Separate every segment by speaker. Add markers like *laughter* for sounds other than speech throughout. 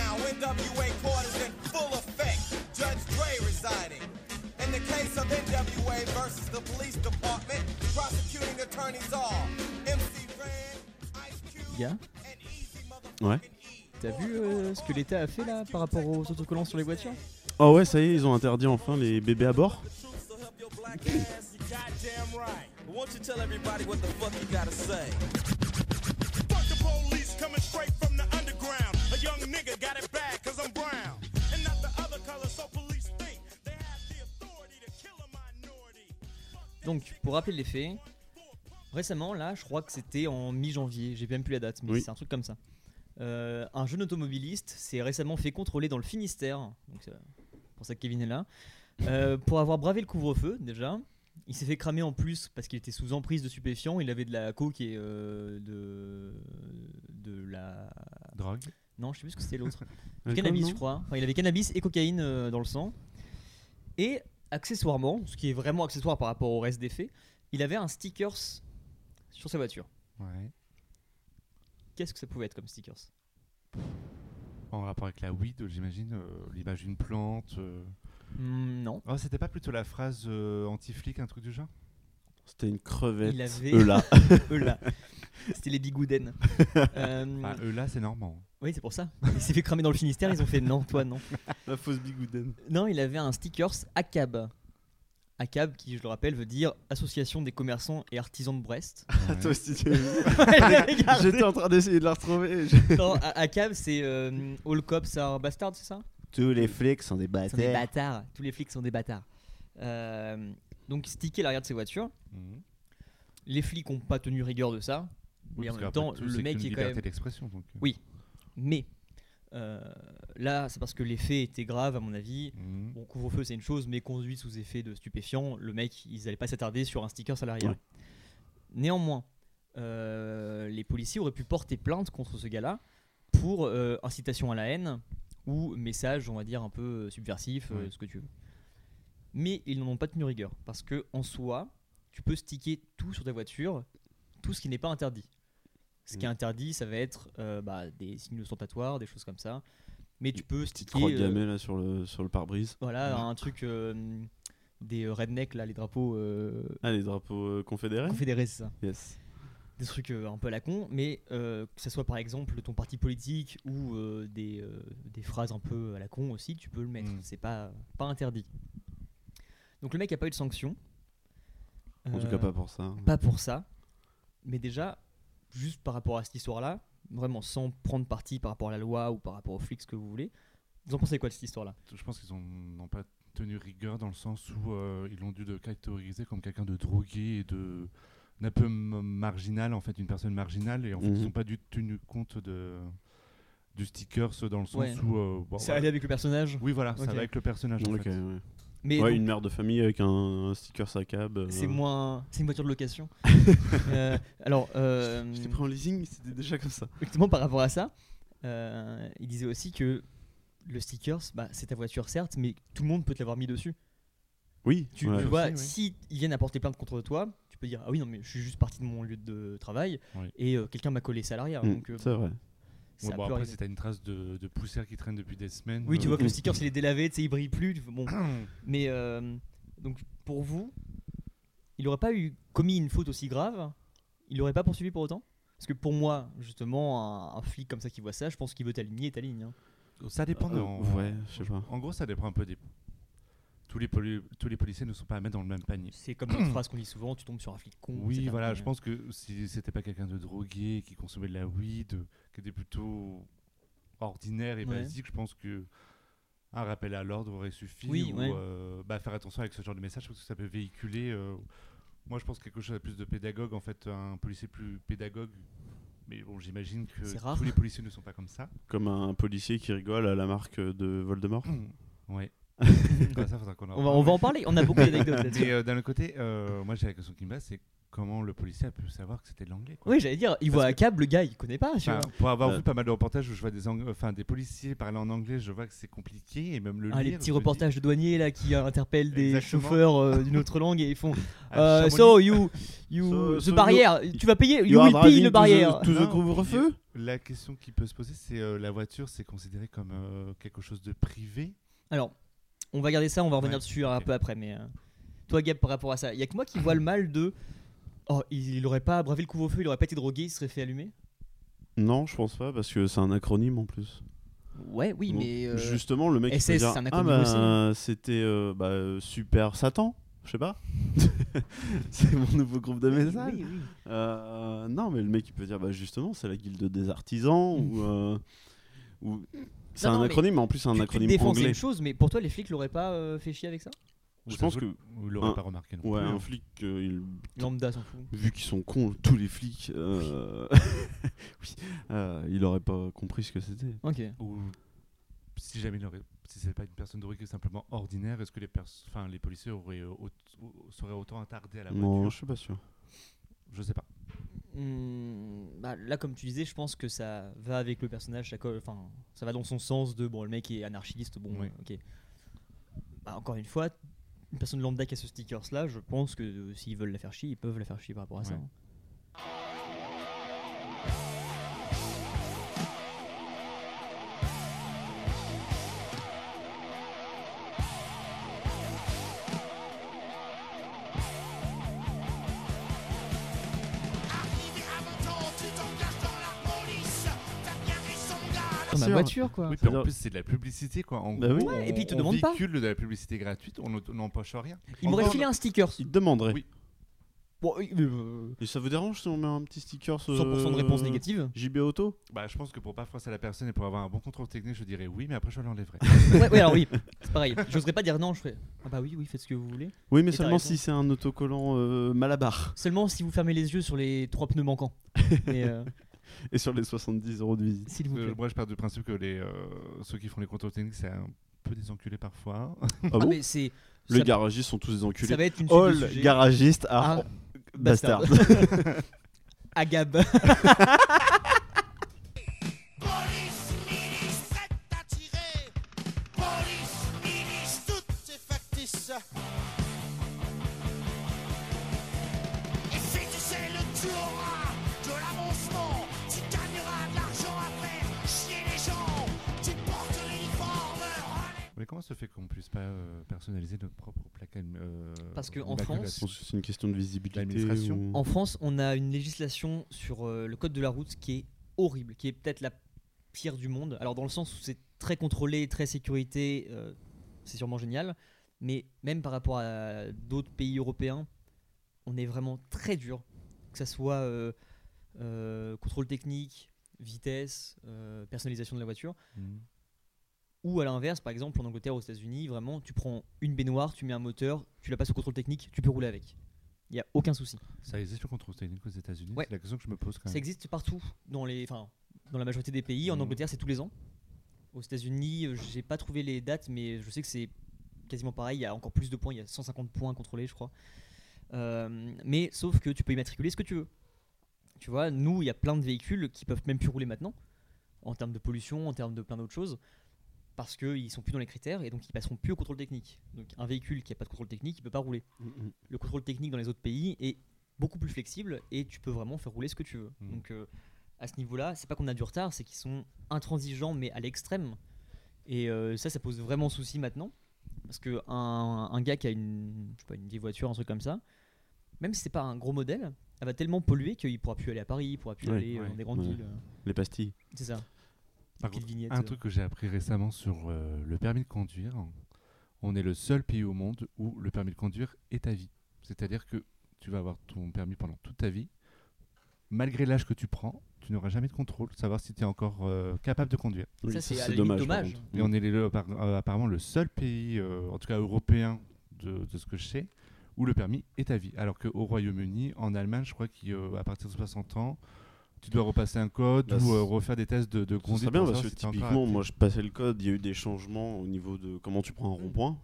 Speaker 1: NWA court is in full effect. Judge Dre resigning. In the case of NWA versus the police department, prosecuting attorneys are MC Ren, Ice Cube,
Speaker 2: Gars.
Speaker 1: and Easy Motherfucking
Speaker 3: Ouais.
Speaker 1: E.
Speaker 2: T'as vu euh, ce que l'État a fait là par rapport aux autocollants sur les voitures
Speaker 3: Oh ouais, ça y est, ils ont interdit enfin les bébés à bord.
Speaker 1: truth will help your black ass, you goddamn right. But won't you tell everybody what the fuck you gotta say? Fuck the police coming straight from the underground. A young nigga got it bad cause I'm brown. And not the other color, so police think they have the authority to kill a minority.
Speaker 2: Donc, pour rappeler les faits, récemment, là, je crois que c'était en mi-janvier, j'ai même plus la date, mais
Speaker 3: Oui.
Speaker 2: c'est un truc comme ça. Euh, un jeune automobiliste s'est récemment fait contrôler dans le Finistère, donc c'est pour ça que Kevin est là, euh, pour avoir bravé le couvre-feu déjà. Il s'est fait cramer en plus parce qu'il était sous emprise de stupéfiants, il avait de la coke et euh, de, de la...
Speaker 4: Drogue.
Speaker 2: Non, je sais plus ce que c'était
Speaker 3: *laughs*
Speaker 2: l'autre. Du
Speaker 3: Alcool,
Speaker 2: cannabis,
Speaker 3: non
Speaker 2: je crois. Enfin, il avait cannabis et cocaïne euh, dans le sang. Et accessoirement, ce qui est vraiment accessoire par rapport au reste des faits, il avait un stickers sur sa voiture.
Speaker 4: Ouais.
Speaker 2: Qu'est-ce que ça pouvait être comme stickers
Speaker 4: En rapport avec la weed, j'imagine, euh, l'image d'une plante. euh.
Speaker 2: Hmm, Non.
Speaker 4: Oh, c'était pas plutôt la phrase euh, anti-flic, un truc du genre
Speaker 2: Mm.
Speaker 3: C'était une crevette.
Speaker 2: Il avait-
Speaker 3: eux là.
Speaker 2: Eux là. C'était les bigoudens. Euh,
Speaker 4: Ah, eux, là,
Speaker 2: *laughs*
Speaker 4: c'est normand.
Speaker 2: oui, c'est pour ça. Il s'est fait cramer dans le Finistère, ils ont fait non, toi non.
Speaker 3: *laughs* La fausse bigouden.
Speaker 2: Non, il avait un stickers ACAB. ACAB qui, je le rappelle, veut dire Association des commerçants et artisans de
Speaker 3: *laughs*
Speaker 2: Brest.
Speaker 4: Ouais.
Speaker 3: Toi aussi, tu-
Speaker 2: Regardez.
Speaker 3: j'étais en train d'essayer de la retrouver.
Speaker 2: Non, A- ACAB, c'est euh, All Cops Are Bastards, c'est ça
Speaker 3: *laughs* Tous les flics sont des
Speaker 2: sont des
Speaker 3: bâtards.
Speaker 2: bâtards. Tous les flics sont des bâtards. Euh, donc, sticker l'arrière de ses voitures.
Speaker 4: Mhm.
Speaker 2: Les flics n'ont pas tenu rigueur de ça.
Speaker 4: Oui,
Speaker 2: Mais en même
Speaker 4: parce qu'après
Speaker 2: temps,
Speaker 4: tout,
Speaker 2: le
Speaker 4: c'est
Speaker 2: mec
Speaker 4: qu'une
Speaker 2: est quand
Speaker 4: liberté
Speaker 2: même.
Speaker 4: d'expression, donc. euh.
Speaker 2: Oui. Mais euh, là, c'est parce que les faits étaient graves, à mon avis.
Speaker 4: Mhm.
Speaker 2: Bon, couvre-feu, c'est une chose, mais conduite sous effet de stupéfiant, le mec, ils n'allaient pas s'attarder sur un sticker salarié.
Speaker 3: Ouais.
Speaker 2: Néanmoins, euh, les policiers auraient pu porter plainte contre ce gars-là pour euh, incitation à la haine ou message, on va dire, un peu euh, subversif, euh,
Speaker 4: Ouais.
Speaker 2: ce que tu veux. Mais ils n'en ont pas tenu rigueur, parce que en soi, tu peux sticker tout sur ta voiture, tout ce qui n'est pas interdit. Ce
Speaker 4: Mhm.
Speaker 2: qui est interdit, ça va être euh, bah, des signes ostentatoires, des choses comme ça. Mais tu peux
Speaker 3: Petite
Speaker 2: sticker.
Speaker 3: croix
Speaker 2: euh,
Speaker 3: gammée là sur le, sur le pare-brise.
Speaker 2: voilà,
Speaker 4: Ouais.
Speaker 2: un truc euh, des euh, rednecks, là, les drapeaux euh,
Speaker 3: Ah, les drapeaux euh, confédérés
Speaker 2: confédérés, c'est ça.
Speaker 3: Yes.
Speaker 2: Des trucs euh, un peu à la con, mais euh, que ce soit par exemple ton parti politique ou euh, des, euh, des phrases un peu à la con aussi, tu peux le mettre.
Speaker 4: Mm.
Speaker 2: C'est pas, pas interdit. Donc le mec a pas eu de sanction.
Speaker 3: En tout
Speaker 2: Euh,
Speaker 3: cas, pas pour ça.
Speaker 2: pas pour ça. Mais déjà, juste par rapport à cette histoire-là, vraiment sans prendre parti par rapport à la loi ou par rapport aux flics, ce que vous voulez, vous en pensez quoi de cette histoire-là
Speaker 4: Je pense qu'ils ont- n'ont pas tenu rigueur dans le sens où euh, ils l'ont dû le catégoriser comme quelqu'un de drogué et de d'un peu m- marginal en fait une personne marginale et en fait ils
Speaker 2: Mm-hmm.
Speaker 3: Mhm.
Speaker 4: n'ont pas du tenu compte de du stickers dans le sens
Speaker 2: Ouais.
Speaker 4: où euh, bon,
Speaker 2: Ça
Speaker 4: voilà.
Speaker 2: allait avec le personnage
Speaker 4: oui voilà ça
Speaker 2: Ok.
Speaker 4: va avec le personnage en
Speaker 3: Ok,
Speaker 4: fait.
Speaker 3: ouais.
Speaker 2: mais
Speaker 3: Ouais,
Speaker 2: donc,
Speaker 3: une mère de famille avec un, un sticker euh. sac à cab.
Speaker 2: C'est moins. C'est une voiture de location.
Speaker 4: *laughs*
Speaker 2: Euh, alors, euh,
Speaker 3: Je l'ai pris en leasing, mais c'était déjà comme ça.
Speaker 2: justement, par rapport à ça, euh, il disait aussi que le stickers, bah, c'est ta voiture, certes, mais tout le monde peut te l'avoir mis dessus.
Speaker 3: Oui,
Speaker 2: Tu,
Speaker 3: ouais.
Speaker 2: tu vois,
Speaker 4: Aussi, oui.
Speaker 2: si ils viennent apporter plainte contre toi, tu peux dire Ah oui, non, mais je suis juste parti de mon lieu de travail
Speaker 4: Oui.
Speaker 2: et euh, quelqu'un m'a collé salariat.
Speaker 3: Mm,
Speaker 2: Donc, euh,
Speaker 3: c'est vrai.
Speaker 2: ça
Speaker 4: Ouais,
Speaker 2: peut
Speaker 4: bon, après
Speaker 2: arriver.
Speaker 4: si t'as une trace de, de poussière qui traîne depuis des semaines
Speaker 2: Oui, tu
Speaker 4: euh,
Speaker 2: vois que le
Speaker 3: Mm.
Speaker 2: stickers, il est délavé, tu sais, il brille plus. tu fais,
Speaker 4: *clears throat*
Speaker 2: Bon. Mais euh, donc pour vous, il n'aurait pas eu commis une faute aussi grave Il n'aurait pas poursuivi pour autant Parce que pour moi, justement, un, un flic comme ça qui voit ça, je pense qu'il veut t'aligner, t'aligne. hein.
Speaker 4: ça dépend de-
Speaker 3: Euh, ouais, je sais pas.
Speaker 4: en gros ça dépend un peu des tous les poli- tous les policiers ne sont pas à mettre dans le même panier
Speaker 2: C'est comme
Speaker 4: *clears throat*
Speaker 2: une phrase qu'on dit souvent, tu tombes sur un flic con.
Speaker 4: Oui,
Speaker 2: etc.
Speaker 4: voilà,
Speaker 2: Mais,
Speaker 4: je pense que si c'était pas quelqu'un de drogué, qui consommait de la weed, euh, qui était plutôt ordinaire et
Speaker 2: Ouais.
Speaker 4: basique, je pense que un rappel à l'ordre aurait suffi.
Speaker 2: Oui,
Speaker 4: ou,
Speaker 2: ouais.
Speaker 4: euh, bah, faire attention avec ce genre de message parce que ça peut véhiculer. euh, moi, je pense quelque chose à plus de pédagogue, en fait, un policier plus pédagogue. Mais bon, j'imagine que
Speaker 2: C'est rare.
Speaker 4: tous les policiers ne sont pas comme ça.
Speaker 2: *coughs*
Speaker 3: Comme un policier qui rigole à la marque de Voldemort.
Speaker 2: *laughs*
Speaker 4: Ouais. Ouais, ça, faudra qu'on en
Speaker 2: On va, on va en parler, on a beaucoup d'anecdotes
Speaker 4: Mais *laughs*
Speaker 2: là-dessus.
Speaker 4: euh, d'un autre côté, euh, moi j'ai la question qui me passe, c'est comment le policier a pu savoir que c'était de l'anglais. quoi.
Speaker 2: Oui, j'allais dire, il
Speaker 4: Parce
Speaker 2: voit
Speaker 4: que- Bah,
Speaker 2: un câble, le gars, il connaît pas. tu
Speaker 4: Enfin,
Speaker 2: vois.
Speaker 4: pour avoir
Speaker 3: Euh.
Speaker 4: vu pas mal de reportages où je vois des, ang- enfin, des policiers parler en anglais, je vois que c'est compliqué et même le
Speaker 2: Ah, les petits
Speaker 4: lire, je me dis,
Speaker 2: reportages de douaniers là qui euh, interpellent des
Speaker 4: Exactement.
Speaker 2: chauffeurs euh, d'une autre langue et ils font
Speaker 4: ah,
Speaker 2: euh,
Speaker 4: Chamonix,
Speaker 2: So you,
Speaker 3: So-
Speaker 2: you, the
Speaker 3: so you-
Speaker 2: barrière, tu vas payer,
Speaker 3: You
Speaker 2: you,
Speaker 3: are
Speaker 2: will pay
Speaker 3: driving
Speaker 2: le
Speaker 3: to the-
Speaker 2: barrière.
Speaker 3: to the
Speaker 4: Non,
Speaker 3: couvre-feu
Speaker 4: La question qui peut se poser, c'est euh, la voiture, c'est considéré comme euh, quelque chose de privé.
Speaker 2: Alors, on va garder ça, on va revenir
Speaker 4: Ouais,
Speaker 2: dessus un
Speaker 4: ok.
Speaker 2: peu après. Mais euh, toi, Gab, par rapport à ça, il y a que moi qui vois le mal de. Oh, il il aurait pas bravé le couvre-feu, il aurait pas été drogué, il se serait fait allumer.
Speaker 3: Non, je pense pas, parce que c'est un acronyme en plus.
Speaker 2: Ouais, oui,
Speaker 3: Donc,
Speaker 2: mais. euh,
Speaker 3: Justement, le mec. il peut
Speaker 2: SS,
Speaker 3: dire,
Speaker 2: c'est un
Speaker 3: ah,
Speaker 2: acronyme
Speaker 3: bah,
Speaker 2: aussi.
Speaker 3: euh, C'était euh, bah, euh, Super Satan, je sais pas. *laughs* c'est mon nouveau groupe de messages.
Speaker 2: oui, oui.
Speaker 3: Euh, non, mais le mec il peut dire bah justement c'est la guilde des artisans ou, euh, ou- c'est
Speaker 2: Mm. Non,
Speaker 3: un
Speaker 2: non, mais
Speaker 3: acronyme mais en plus c'est
Speaker 2: Tu-
Speaker 3: un
Speaker 2: tu te
Speaker 3: acronyme
Speaker 2: défends, c'est
Speaker 3: anglais.
Speaker 2: une chose, mais pour toi, les flics l'auraient pas euh, fait chier avec ça
Speaker 3: Je
Speaker 4: Ou ça
Speaker 3: pense
Speaker 4: se-
Speaker 3: que
Speaker 4: Ou il l'aurait
Speaker 3: un-
Speaker 4: pas remarqué non
Speaker 3: ouais
Speaker 2: Mm.
Speaker 4: plus, hein.
Speaker 3: un flic euh, il-
Speaker 2: Lambda s'en fout.
Speaker 3: vu qu'ils sont cons tous les flics euh, *laughs* oui, euh, il aurait pas compris ce que c'était.
Speaker 2: Ok.
Speaker 4: Ou si jamais il aurait- si c'est pas une personne droguée simplement ordinaire, est-ce que les, pers- enfin, les policiers auraient, euh, aut- au- seraient autant attardés à la
Speaker 3: Non
Speaker 4: voiture
Speaker 3: je suis pas sûr.
Speaker 4: Je sais pas.
Speaker 2: Hmm, bah, là, comme tu disais, je pense que ça va avec le personnage. Ça, colle- enfin, ça va dans son sens de bon, le mec est anarchiste. Bon,
Speaker 4: Oui.
Speaker 2: ok. Bah, encore une fois, une personne lambda qui a ce sticker là, je pense que euh, s'ils veulent la faire chier, ils peuvent la faire chier par rapport à ça.
Speaker 4: Ouais.
Speaker 2: hein. Comme ma
Speaker 3: sûr.
Speaker 2: voiture, quoi.
Speaker 4: Oui, puis
Speaker 3: ça
Speaker 4: en
Speaker 3: veut-
Speaker 4: plus, c'est de la publicité quoi. En
Speaker 3: Bah
Speaker 4: gros,
Speaker 3: oui.
Speaker 2: Ouais, et
Speaker 4: on-
Speaker 2: puis ils te
Speaker 4: on
Speaker 2: demandent pas.
Speaker 4: véhicule de la publicité gratuite, on n'en- on n'empoche rien.
Speaker 2: Il m'aurait
Speaker 4: Encore-
Speaker 2: filé un sticker.
Speaker 3: Il te demanderait.
Speaker 4: Oui.
Speaker 2: Bon, oui, mais, euh,
Speaker 3: Et ça vous dérange si on met un petit sticker sur
Speaker 2: 100% de réponse *laughs* négative.
Speaker 3: JB Auto
Speaker 4: Bah, je pense que pour pas froisser la personne et pour avoir un bon contrôle technique, je dirais oui, mais après je l'enlèverai.
Speaker 2: ouais, ouais, alors oui, c'est pareil. J'oserais pas dire non, je ferais. Ah bah oui, oui, faites ce que vous voulez.
Speaker 3: Oui
Speaker 2: Et
Speaker 3: mais
Speaker 2: t'as
Speaker 3: seulement
Speaker 2: raison.
Speaker 3: si c'est un autocollant euh, Malabar *laughs*
Speaker 2: Seulement si vous fermez les yeux sur les trois pneus *laughs* manquants. Mais, euh,
Speaker 3: et sur les 70 euros de visite.
Speaker 2: S'il vous plaît.
Speaker 4: Euh, moi, je pars du principe que les, euh, ceux qui font les contrôles techniques, c'est un peu des enculés parfois. *laughs*
Speaker 3: Ah
Speaker 2: Ah,
Speaker 3: bon
Speaker 2: mais c'est.
Speaker 3: Les
Speaker 2: ça-
Speaker 3: garagistes sont tous des enculés.
Speaker 2: Ça va être une suite de
Speaker 3: All
Speaker 2: sujets.
Speaker 3: garagiste
Speaker 2: Ah,
Speaker 3: à
Speaker 2: bastard.
Speaker 3: bastard.
Speaker 2: Agab.
Speaker 1: Police, milice, prête à tirer. Police, milice, toutes ces factices. Et si tu sais le tour de l'avancement, tu gagneras de l'argent à faire chier les gens. Tu portes l'uniforme.
Speaker 4: mais comment se fait qu'on puisse pas euh, personnaliser notre propre placard euh,
Speaker 2: Parce que en
Speaker 3: *laughs*
Speaker 4: immaculation
Speaker 3: Je pense que c'est une question de visibilité.
Speaker 4: L'administration.
Speaker 3: ou-
Speaker 2: En France, on a une législation sur euh, le code de la route qui est horrible, qui est peut-être la pire du monde. Alors dans le sens où c'est très contrôlé, très sécurité, euh, c'est sûrement génial. Mais même par rapport à d'autres pays européens, on est vraiment très dur. Que ça soit euh, euh, contrôle technique, vitesse, euh, personnalisation de la voiture.
Speaker 4: Mhm.
Speaker 2: Ou à l'inverse, par exemple, en Angleterre, aux États-Unis, vraiment, tu prends une baignoire, tu mets un moteur, tu la passes au contrôle technique, tu peux rouler avec. Il n'y a aucun souci.
Speaker 4: Ça existe le contrôle technique aux États-Unis
Speaker 2: Ouais.
Speaker 4: C'est la question que je me pose quand
Speaker 2: Ça
Speaker 4: même.
Speaker 2: existe partout, dans, les, enfin, dans la majorité des pays. En
Speaker 4: Mhm.
Speaker 2: Angleterre, c'est tous les ans. Aux États-Unis, euh, j'ai pas trouvé les dates, mais je sais que c'est quasiment pareil. Il y a encore plus de points, il y a 150 points contrôlés, je crois. Euh, mais sauf que tu peux immatriculer ce que tu veux. Tu vois, nous, il y a plein de véhicules qui peuvent même plus rouler maintenant, en termes de pollution, en termes de plein d'autres choses, parce qu'ils sont plus dans les critères et donc ils passeront plus au contrôle technique. Donc un véhicule qui a pas de contrôle technique, il peut pas rouler
Speaker 3: Mhm.
Speaker 2: le contrôle technique dans les autres pays est beaucoup plus flexible et tu peux vraiment faire rouler ce que tu veux.
Speaker 4: Mm.
Speaker 2: Donc euh, à ce niveau-là, c'est pas qu'on a du retard, c'est qu'ils sont intransigeants mais à l'extrême. Et euh, ça, ça pose vraiment souci maintenant. Parce que un, un gars qui a une, je sais pas, une vieille voiture, un truc comme ça, même si c'est pas un gros modèle, elle va tellement polluer qu'il pourra plus aller à Paris, il pourra plus
Speaker 3: Ouais,
Speaker 2: aller euh,
Speaker 4: ouais,
Speaker 2: dans des grandes
Speaker 3: ouais.
Speaker 2: villes. euh.
Speaker 3: Les pastilles.
Speaker 2: C'est ça.
Speaker 4: Par
Speaker 2: Petite
Speaker 4: contre,
Speaker 2: vignette,
Speaker 4: un
Speaker 2: euh.
Speaker 4: truc que j'ai appris récemment sur euh, le permis de conduire, on est le seul pays au monde où le permis de conduire est à vie. C'est-à-dire que tu vas avoir ton permis pendant toute ta vie. Malgré l'âge que tu prends, tu n'auras jamais de contrôle, savoir si tu es encore euh, capable de conduire.
Speaker 3: Oui,
Speaker 2: c'est à la limite
Speaker 3: dommage. par
Speaker 2: dommage.
Speaker 3: contre. Mm.
Speaker 4: Et on est les- le- par- euh, apparemment le seul pays, euh, en tout cas européen, de, de ce que je sais, où le permis est à vie. Alors qu'au Royaume-Uni, en Allemagne, je crois qu'à euh, partir de 60 ans, tu dois repasser un code
Speaker 3: Bah,
Speaker 4: ou euh,
Speaker 3: c'est-
Speaker 4: refaire des tests de, de
Speaker 3: Ça
Speaker 4: conduite.
Speaker 3: serait bien
Speaker 4: pour
Speaker 3: parce que
Speaker 4: savoir si t'es encore
Speaker 3: typiquement,
Speaker 4: apte.
Speaker 3: moi je passais le code, il y a eu des changements au niveau de comment tu prends un rond-point.